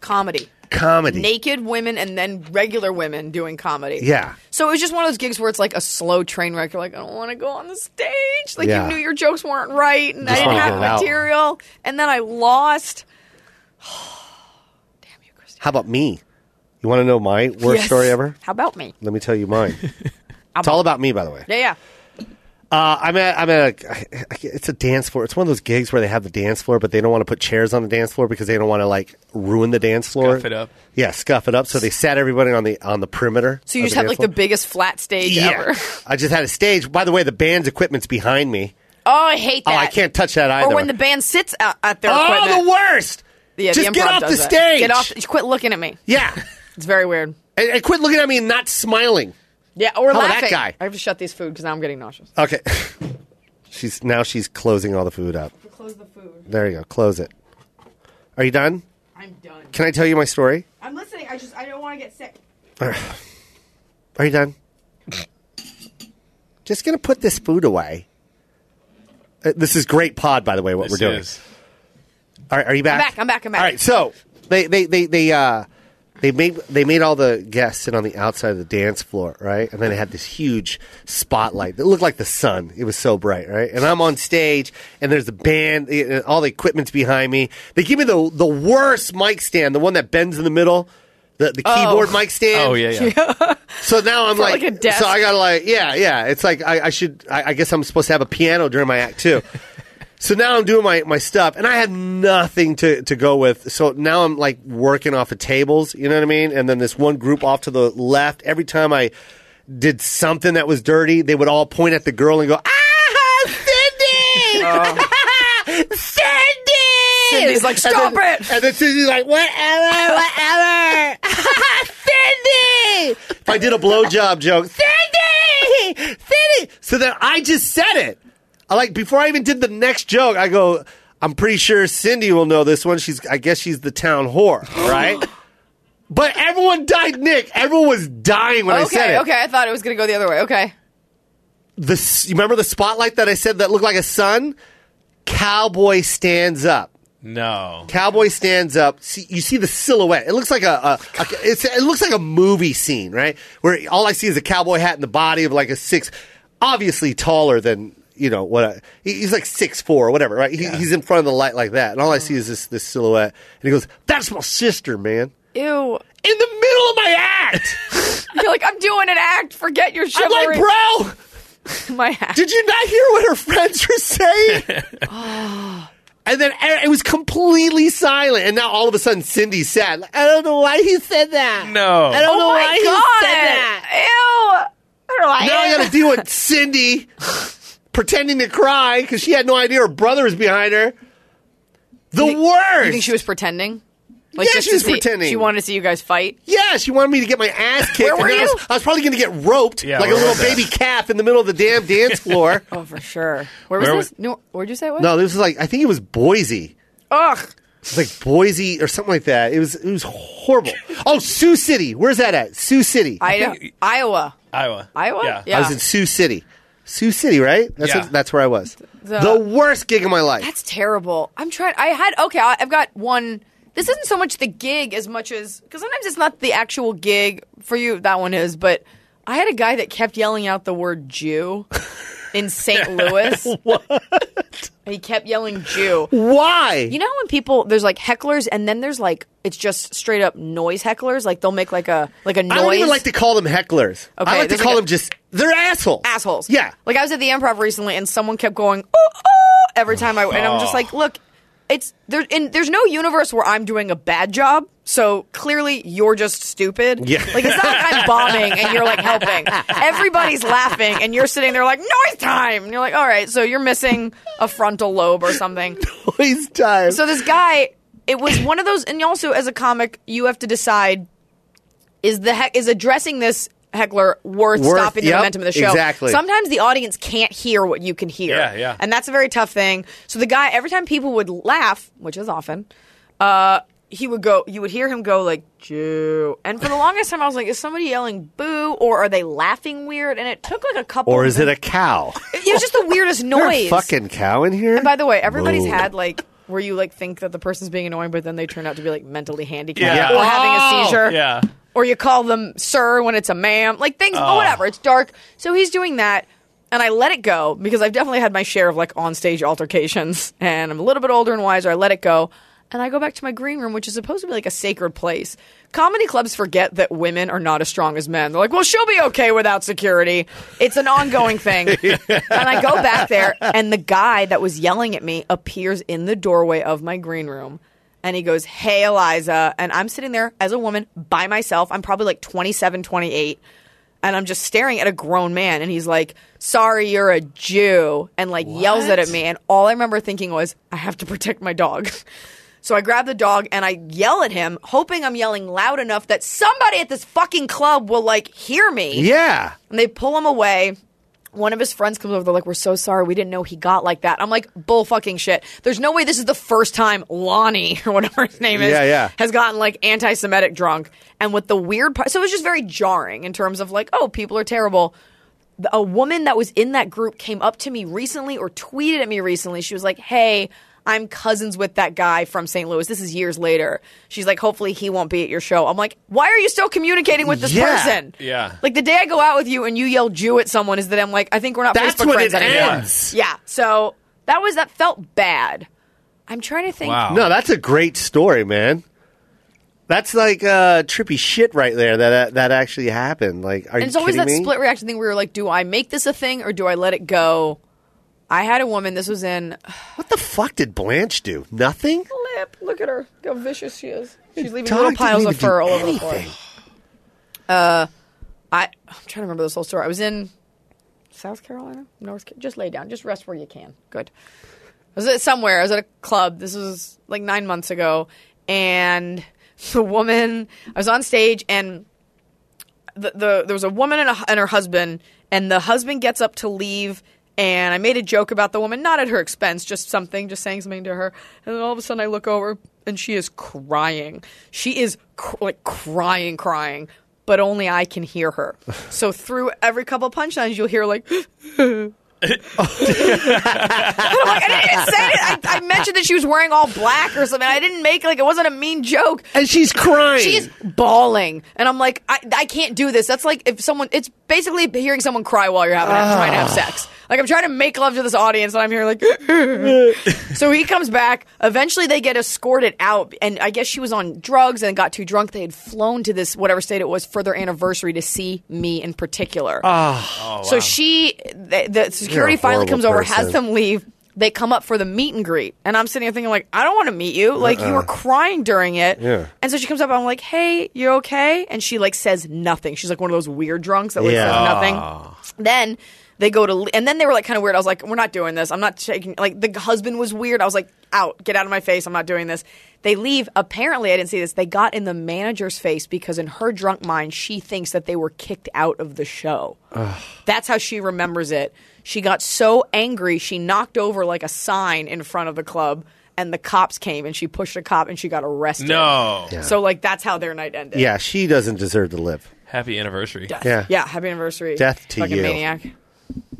Comedy.
comedy.
Naked women and then regular women doing comedy.
Yeah.
So it was just one of those gigs where it's like a slow train wreck. You're like, I don't want to go on the stage. Like
Yeah.
you knew your jokes weren't right, and I didn't
wanna
have
get it out.
material, and then I lost.
How about me? You want to know my worst
Yes.
story ever?
How about me?
Let me tell you mine. it's all about me, by the way.
Yeah, yeah.
Uh, I'm at I'm at a it's a dance floor. It's one of those gigs where they have the dance floor, but they don't want to put chairs on the dance floor because they don't want to like ruin the dance floor.
Scuff it up.
Yeah, scuff it up. So they sat everybody on the on the perimeter.
So
of
you just had
dance
like
floor.
the biggest flat stage ever.
I just had a stage. By the way, the band's equipment's behind me.
Oh, I hate that.
Oh, I can't touch that either.
Or when the band sits at, at their
oh,
equipment.
the worst.
Yeah,
just
the
get
improv
off the
does that.
stage.
Get off. Just quit looking at me.
Yeah,
It's very weird.
and, and quit looking at me and not smiling.
Yeah, or
about that
laughing.
guy?
I have to shut these food because now I'm getting nauseous.
Okay, she's now she's closing all the food up.
Close the food.
There you go. Close it. Are you done?
I'm done.
Can I tell you my story?
I'm listening. I just I don't want to get sick.
Are you done? Just gonna put this food away. Uh, This is great pod, by the way. What
This
we're doing.
is-
All right, are you back?
back, I'm back, I'm back.
All right, so they they they they uh they made they made all the guests sit on the outside of the dance floor, right? And then they had this huge spotlight that looked like the sun. It was so bright, right? And I'm on stage, and there's the band, eh, eh, all the equipment's behind me. They give me the the worst mic stand, the one that bends in the middle, the the keyboard mic stand.
Oh yeah, yeah.
So now I'm like,
like a desk.
so I gotta like, yeah, yeah. It's like I, I should. I, I guess I'm supposed to have a piano during my act too. so now I'm doing my my stuff, and I have nothing to to go with. So now I'm like working off of tables. You know what I mean? And then this one group off to the left. Every time I did something that was dirty, they would all point at the girl and go, "Ah, Cindy, Cindy."
Cindy's like,
And
"Stop
then-
it!"
And then Cindy's like, "Whatever, whatever." Cindy! If I did a blowjob joke, Cindy! Cindy! So then I just said it. I like before I even did the next joke, I go, I'm pretty sure Cindy will know this one. She's I guess she's the town whore, right? but everyone died Nick. Everyone was dying when I said
Okay,
it.
okay. I thought it was gonna go the other way. Okay.
The s- you remember the spotlight that I said that looked like a sun? Cowboy stands up.
No.
Cowboy stands up. See, you see the silhouette. It looks like a, a, a it's, it looks like a movie scene, right? Where all I see is a cowboy hat and the body of like a six, obviously taller than you know what. I, he- he's like six four or whatever, right? He, He's in front of the light like that, and all I see is this this silhouette. And he goes, "That's my sister, man."
Ew.
In the middle of my act,
You're like, I'm doing an act. Forget your
I'm like,
chivalry.
bro,
My act.
did you not hear what her friends were saying? And then e- it was completely silent, and now all of a sudden Cindy sad. Like, I don't know why he said that.
No.
I don't know
oh my
why he
god!
said that.
Ew. I don't know why.
Now I got to deal with Cindy pretending to cry because she had no idea her brother was behind her. The worst.
You think she was pretending? Like,
Yeah,
just
she
to
was
see-
pretending.
She wanted to see you guys fight.
yeah, she wanted me to get my ass kicked.
Where were
and I
you?
was, I was probably going to get roped
Yeah,
like a
where
little
was that?
baby calf in the middle of the damn dance floor.
Oh, for sure. Where was
Where
this?
was-
No, where'd you say it was?
no, this was like I think it was Boise.
Ugh.
It's like Boise or something like that. It was it was horrible. Oh, Sioux City. Where's that at? Sioux City.
Ida- Iowa.
Iowa.
Iowa?
Yeah.
Yeah.
I was in Sioux City. Sioux City, right? That's
Yeah.
that's where I was. The,
The-
worst gig of my life.
That's terrible. I'm trying. I had okay. I- I've got one. This isn't so much the gig as much as because sometimes it's not the actual gig for you. That one is, but I had a guy that kept yelling out the word Jew in St. Louis. what? He kept yelling Jew.
Why?
You know when people there's like hecklers and then there's like it's just straight up noise hecklers. Like they'll make like a like a noise.
I don't even like to call them hecklers. I
Okay,
like to
there's
call
like a-
them just they're assholes.
assholes.
Yeah.
Like I was at the improv recently, and someone kept going oh, oh, every time I and I'm just like, look, it's there. And there's no universe where I'm doing a bad job. So clearly, you're just stupid.
Yeah.
Like it's not like I'm bombing and you're like helping. Everybody's laughing and you're sitting there like noise time. And you're like, all right, so you're missing a frontal lobe or something.
Always time.
So this guy, it was one of those, and also as a comic, you have to decide is the heck is addressing this heckler worth,
Worth-
stopping the
yep,
momentum of the show.
exactly.
Sometimes the audience can't hear what you can hear.
Yeah, yeah.
And that's a very tough thing. So the guy, every time people would laugh, which is often, uh, he would go. You would hear him go like "Jew," and for the longest time, I was like, "Is somebody yelling boo, or are they laughing weird?" And it took like a couple.
Or is it a cow?
It was just the weirdest
Is there
noise.
a fucking cow in here?
And by the way, everybody's
Ooh.
had like where you like think that the person's being annoying, but then they turn out to be like mentally handicapped
Yeah.
or having a seizure.
Yeah.
Or you call them sir when it's a ma'am. Like things, but whatever. It's dark. So he's doing that. And I let it go because I've definitely had my share of like on stage altercations. And I'm a little bit older and wiser. I let it go. And I go back to my green room, which is supposed to be like a sacred place. Comedy clubs forget that women are not as strong as men. They're like, well, she'll be okay without security. It's an ongoing thing. and I go back there, and the guy that was yelling at me appears in the doorway of my green room. And he goes, Hey, Eliza. And I'm sitting there as a woman by myself. I'm probably like 27, 28. And I'm just staring at a grown man. And he's like, Sorry, you're a Jew. And like yells it at me. And all I remember thinking was, I have to protect my dog. So I grab the dog and I yell at him, hoping I'm yelling loud enough that somebody at this fucking club will like hear me.
yeah.
And they pull him away. One of his friends comes over. They're like, "We're so sorry. We didn't know he got like that." I'm like, "Bull fucking shit." There's no way this is the first time Lonnie or whatever his name is,
Yeah, yeah.
has gotten like anti-Semitic drunk. And with the weird part, so it was just very jarring in terms of like, oh, people are terrible. The- A woman that was in that group came up to me recently or tweeted at me recently. She was like, "Hey." I'm cousins with that guy from St. Louis. This is years later. She's like, hopefully he won't be at your show. I'm like, why are you still communicating with this
Yeah.
person?
Yeah.
Like the day I go out with you and you yell Jew at someone is the day I'm like, I think we're not
That's
Facebook
when
friends
it
anymore.
ends.
Yeah. So that was that felt bad. I'm trying to think.
Wow.
No, that's a great story, man. That's like uh, trippy shit right there. That that, that actually happened. Like, are
And
you
it's always
kidding
that
me?
split reaction thing where you're like, do I make this a thing or do I let it go? I had a woman. This was in
What the fuck did Blanche do? Nothing.
lip. Look at her. Look how vicious she is. She's leaving
Dog
little
didn't
piles
even
of fur
do
all over the floor.
anything.
I I'm trying to remember this whole story. I was in South Carolina, North. Ca- Just lay down. Just rest where you can. Good. I was at somewhere. I was at a club. This was like nine months ago, and the woman. I was on stage, and the, the there was a woman and, a, and her husband, and the husband gets up to leave. And I made a joke about the woman, not at her expense, just something, just saying something to her. And then all of a sudden, I look over, and she is crying. She is cr- like crying, crying, but only I can hear her. so through every couple punchlines, you'll hear like. I'm like, I didn't even say it. I, I mentioned that she was wearing all black or something. I didn't make like it wasn't a mean joke.
And she's crying.
She's bawling, and I'm like, I, I can't do this. That's like if someone, it's basically hearing someone cry while you're having trying to have sex. Like I'm trying to make love to this audience, and I'm here like. so he comes back. Eventually, they get escorted out, and I guess she was on drugs and got too drunk. They had flown to this whatever state it was for their anniversary to see me in particular. So she, the, the security
Oh, You're a
finally
horrible
comes over, has
person.
them leave. They come up for the meet and greet, and I'm sitting here thinking, like, I don't want to meet you. Like, you were crying during it,
Uh-uh. Yeah.
and so she comes up. I'm like, Hey, you okay? And she like says nothing. She's like one of those weird drunks that like
Yeah.
says nothing. Then they go to, le- and then they were like kind of weird. I was like, We're not doing this. I'm not taking. Like the husband was weird. I was like, Out, get out of my face. I'm not doing this. They leave. Apparently, I didn't see this. They got in the manager's face because in her drunk mind, she thinks that they were kicked out of the show. That's how she remembers it. She got so angry, she knocked over like a sign in front of the club, and the cops came and she pushed a cop and she got arrested.
No.
So, like, that's how their night ended.
yeah, she doesn't deserve to live.
Happy anniversary.
Yeah.
Yeah. Happy anniversary.
Death to
Fucking
you.
maniac.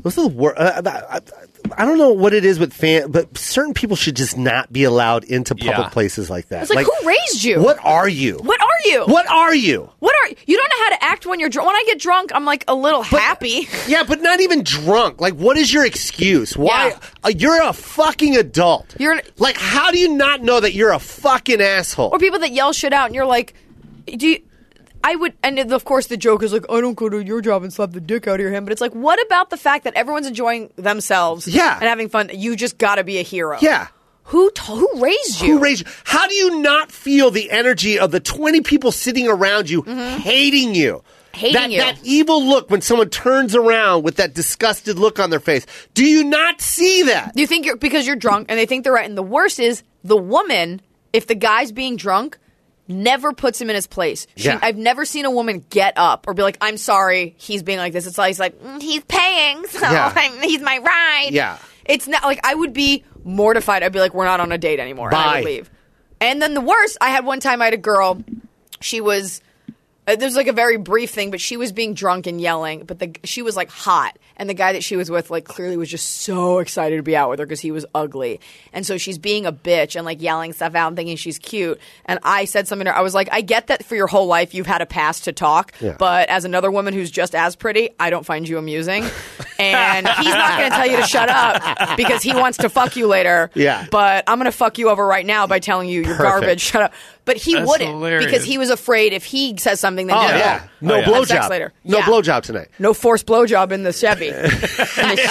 What's the wor- uh, I, I, I don't know what it is with fan, but certain people should just not be allowed into public
Yeah.
places like that.
It's like, who raised you?
What are you?
What are you?
What are you?
What are you? Don't know how to act when you're drunk. When I get drunk, I'm like a little happy.
Yeah, but not even drunk. Like, what is your excuse? Why
Yeah.
uh, you're a fucking adult?
You're an-
like, how do you not know that you're a fucking asshole?
or people that yell shit out, and you're like, do you? I would, and of course, the joke is like, I don't go to your job and slap the dick out of your hand. But it's like, what about the fact that everyone's enjoying themselves,
Yeah.
and having fun? You just got to be a hero.
yeah.
Who t- who raised you?
Who raised you? How do you not feel the energy of the 20 people sitting around you hating you?
Mm-hmm. Hating
that,
you.
That evil look when someone turns around with that disgusted look on their face. Do you not see that?
Do you think you're because you're drunk and they think they're right? And the worst is the woman. If the guy's being drunk, never puts him in his place. She,
Yeah.
I've never seen a woman get up or be like, "I'm sorry, he's being like this." It's always like "Mm, he's paying, so
Yeah.
I'm, he's my ride.
Yeah.
it's not like I would be mortified. I'd be like, "We're not on a date anymore." and I would
Bye.
leave. And then the worst, I had one time I had a girl. She was uh, there's like a very brief thing, but she was being drunk and yelling. But the she was like hot, and the guy that she was with like clearly was just so excited to be out with her because he was ugly, and so she's being a bitch and like yelling stuff out and thinking she's cute. And I said something to her. I was like, I get that for your whole life you've had a pass to talk,
Yeah.
but as another woman who's just as pretty, I don't find you amusing. and he's not going to tell you to shut up because he wants to fuck you later.
Yeah.
but I'm going to fuck you over right now by telling you you're
Perfect.
garbage. Shut up. But he
That's
wouldn't because
hilarious.
he was afraid if he says something, then
Oh yeah,
no.
no
Oh, yeah.
blowjob.
Have sex later.
No
Yeah.
blowjob tonight.
No forced blowjob in the Chevy. in the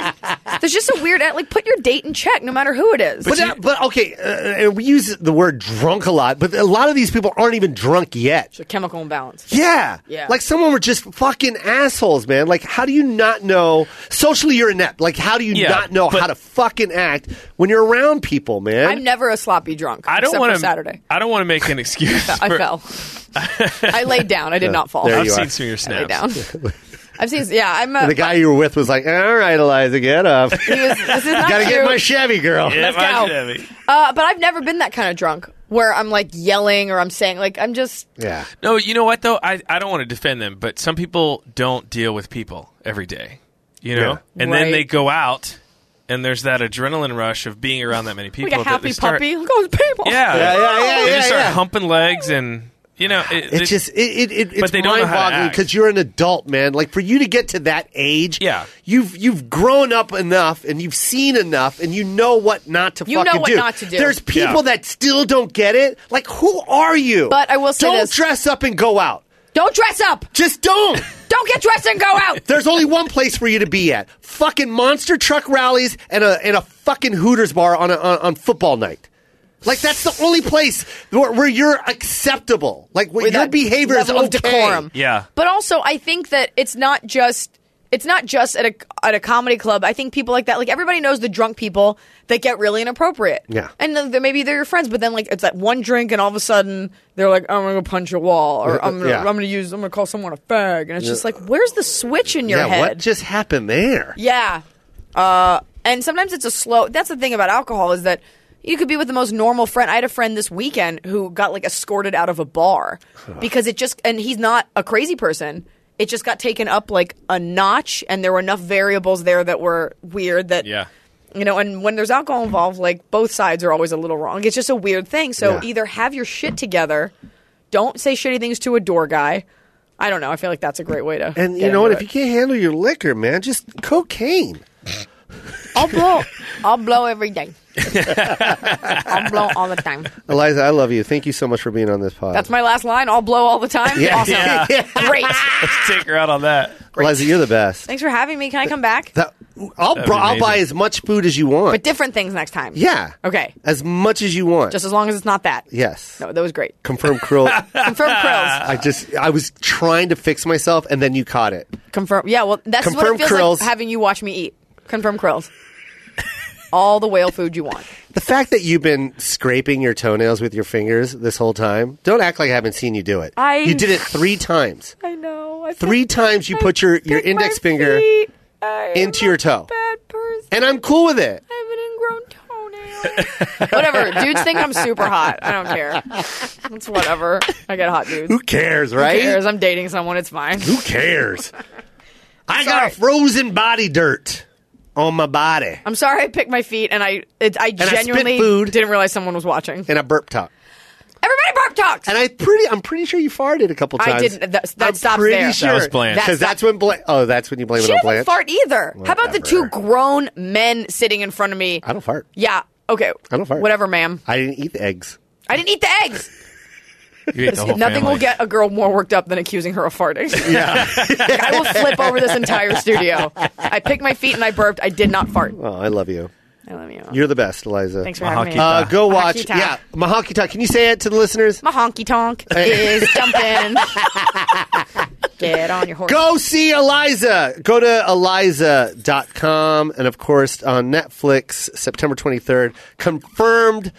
Yeah.
There's just a weird like put your date in check, no matter who it is.
But, that- but okay, uh, and we use the word drunk a lot, but a lot of these people aren't even drunk yet.
It's a chemical imbalance.
Yeah.
Yeah.
Like some of them are just fucking assholes, man. Like how do you not know socially you're inept? Like how do you
Yeah,
not know
but-
how to fucking act when you're around people, man?
I'm never a sloppy drunk.
I don't
except
want
for
to.
Saturday.
I don't want to make an excuse.
I
for-
fell. I laid down. I did not fall.
There
I
I've
you are.
seen some of your
laid
snaps.
down. I've seen. Yeah, I'm. A,
the guy you were with was like, "All right, Eliza, get up.
he was, this is not
Got to
true.
get my Chevy, girl."
Yeah,
Let's
my
go.
Chevy.
uh, but I've never been that kind of drunk where I'm like yelling or I'm saying like I'm just.
Yeah.
No, you know what though? I, I don't want to defend them, but some people don't deal with people every day. You know?
Yeah.
And
Right.
then they go out and there's that adrenaline rush of being around that many people.
Like a
that
happy
they start-
puppy. Look at all these people.
Yeah.
Yeah, yeah, yeah,
They
yeah,
just start
yeah.
humping legs and you know, it,
It's
it-
just it, it, it it's
they don't know how to
mind-boggling
act.
because you're an adult, man. Like for you to get to that age,
Yeah.
you've you've grown up enough and you've seen enough and you know what not to
You know
fucking
what
do.
not to do.
There's people
Yeah.
that still don't get it. Like who are you?
But I will say
don't
this.
dress up and go out.
Don't dress up.
Just don't.
Don't get dressed and go out.
There's only one place for you to be at: fucking monster truck rallies and a and a fucking Hooters bar on a, on, on football night. Like that's the only place where, where you're acceptable. Like where
with
your
that
behavior is okay.
level of decorum.
Yeah.
But also, I think that it's not just it's not just at a at a comedy club. I think people like that, like everybody knows the drunk people that get really inappropriate.
Yeah.
and then they're- maybe they're your friends, but then like it's that one drink, and all of a sudden they're like, "I'm gonna go punch a wall," or "I'm gonna,
yeah.
I'm gonna use, I'm gonna call someone a fag," and it's just like, where's the switch in your
yeah,
head?
what just happened there?
Yeah. Uh, and sometimes it's a slow. That's the thing about alcohol is that you could be with the most normal friend. I had a friend this weekend who got like escorted out of a bar because it just and he's not a crazy person. It just got taken up like a notch, and there were enough variables there that were weird that
Yeah.
you know. And when there's alcohol involved, like both sides are always a little wrong. It's just a weird thing. So
Yeah.
either have your shit together, don't say shitty things to a door guy. I don't know. I feel like that's a great way to.
And
get
you know
into
what?
it.
If you can't handle your liquor, man, just cocaine.
I'll blow. I'll blow every day. I'll blow all the time.
Eliza, I love you. Thank you so much for being on this pod.
That's my last line. I'll blow all the time.
Yeah.
Awesome.
Yeah.
Great.
Let's take her out on that.
Eliza, you're the best.
Thanks for having me. Can I come back?
That, I'll,
be
br- I'll buy
amazing.
as much food as you want.
But different things next time.
yeah.
Okay.
As much as you want.
Just as long as it's not that.
yes.
No, that was great.
Confirm Krill.
Confirm curls.
I just I was trying to fix myself and then you caught it.
Confirm. Yeah. Well, that's what
Confirm
it feels
curls.
like having you watch me eat. Confirm curls. all the whale food you want.
The fact that you've been scraping your toenails with your fingers this whole time, don't act like I haven't seen you do it.
I-
You did it three times.
I know. I
Three times you put your, your index finger into your toe.
Bad person.
And I'm cool with it.
I have an ingrown toenail. whatever. Dudes think I'm super hot. I don't care. It's whatever. I get hot dudes.
Who cares, right?
Who cares? I'm dating someone. It's fine.
Who cares? I got a frozen body dirt on my body
I'm sorry I picked my feet and I it, I
I spit
genuinely
food.
didn't realize someone was watching.
and a burp top.
Everybody bark talks.
And I pretty, I'm pretty sure you farted a couple
I
times.
didn't- that- that
I'm
stops
pretty
there. That
Sure.
was Blanche.
Because that's when Blanche. Oh, that's when you blame it
she
on
doesn't
Blanche.
fart either. How about the two
Whatever.
grown men sitting in front of me?
I don't fart.
Yeah. Okay.
I don't fart.
Whatever, ma'am.
I didn't eat the eggs.
I didn't eat the eggs.
You ate the
Oh,
whole
Nothing
family.
will get a girl more worked up than accusing her of farting. Yeah. I will flip over this entire studio. I picked my feet and I burped. I did not fart.
Oh, I love you.
I love you.
You're the best, Eliza.
Thanks for having me.
Uh, go
Mahaki
watch.
Talk.
Yeah, Mahaki Talk. Can you say it to the listeners?
My honky tonk is jumping. Get on your horse.
Go see Eliza. Go to Eliza.com. And of course, on Netflix, September 23rd, confirmed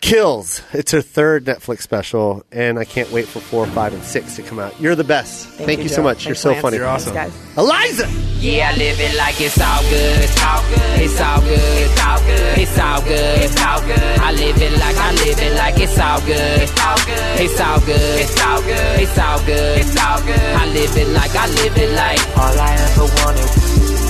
Kills. It's her third Netflix special, and I can't wait for four, five, and six to come out. You're the best. Thank, you, so
Joe.
much. You're
Thanks,
so
Lance.
funny.
You're awesome.
Thanks, guys.
Eliza!
Yeah, I live it like it's all good. It's all good. It's all good. It's all good. It's all good. It's all good. I live it like I live it like it's all good. It's all good. It's all good. It's all good. It's all good. It's all good. I live it like I live it like all I ever wanted.